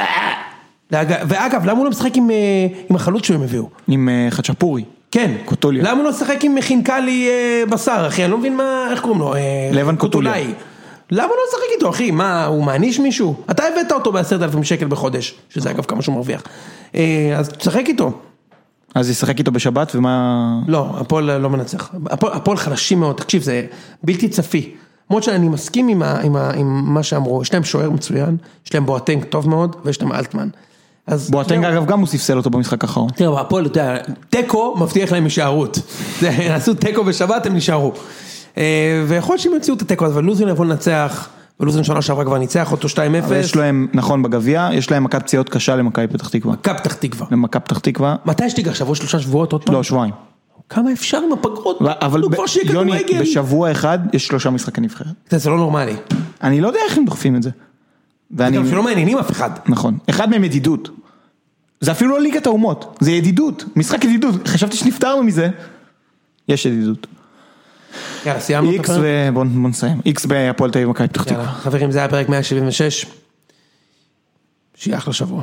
לאג- ואגב, למה הוא לא משחק עם, אה, עם החלוץ שהם הביאו? עם אה, חצ'פורי. כן. קוטוליה. למה הוא לא משחק עם חינקלי אה, בשר, אחי? אני לא מבין מה, איך קוראים לו? אה, לבן קוטוליה. קוטולאי. למה הוא לא משחק איתו, אחי? מה, הוא מעניש מישהו? אתה הבאת אותו בעשרת אלפים שקל בחודש, שזה אגב כמה שהוא מרוויח. אה, אז תשחק איתו. אז ישחק איתו בשבת ומה... לא, הפועל לא מנצח. הפועל- הפועל חלשים מאוד, תקשיב, זה בלתי צפי. למרות שאני מסכים עם, ה, עם, ה, עם מה שאמרו, יש להם שוער מצוין, יש להם בואטנג טוב מאוד, ויש להם אלטמן. אז... לא, בואטנג אגב גם הוא ספסל אותו במשחק האחרון. תראה, בהפועל, אתה יודע, תיקו מבטיח להם הישארות. זה, <laughs> עשו תיקו בשבת, הם נשארו. אה, ויכול להיות שהם יוציאו את התיקו, הזה, אבל לוזון יבוא לנצח, ולוזון שנה שעברה כבר ניצח אותו 2-0. אבל יש להם, נכון בגביע, יש להם מכת פציעות קשה למכבי פתח תקווה. מכבי פתח תקווה. למכבי פתח תקווה, מתי יש ליגה עכשיו? עוד שלושה שבועות עוד פעם? לא שבועיים. כמה אפשר עם הפגרות? אבל נו, ב- כבר שיהיה יוני, כדורגל. בשבוע אחד יש שלושה משחקי נבחרת. אתה יודע, זה לא נורמלי. אני לא יודע איך הם דוחפים את זה. ואני... גם שלא מעניינים אף אחד. נכון. אחד מהם ידידות. זה אפילו לא ליגת האומות, זה ידידות. משחק ידידות. חשבתי שנפטרנו מזה. יש ידידות. יאללה, סיימנו את איקס הפרק. ו... בוא בוא נסיים. איקס בהפועל תל אביב מכבי פתח תקווה. יאללה, חברים, זה היה פרק 176. שיהיה אחלה שבוע.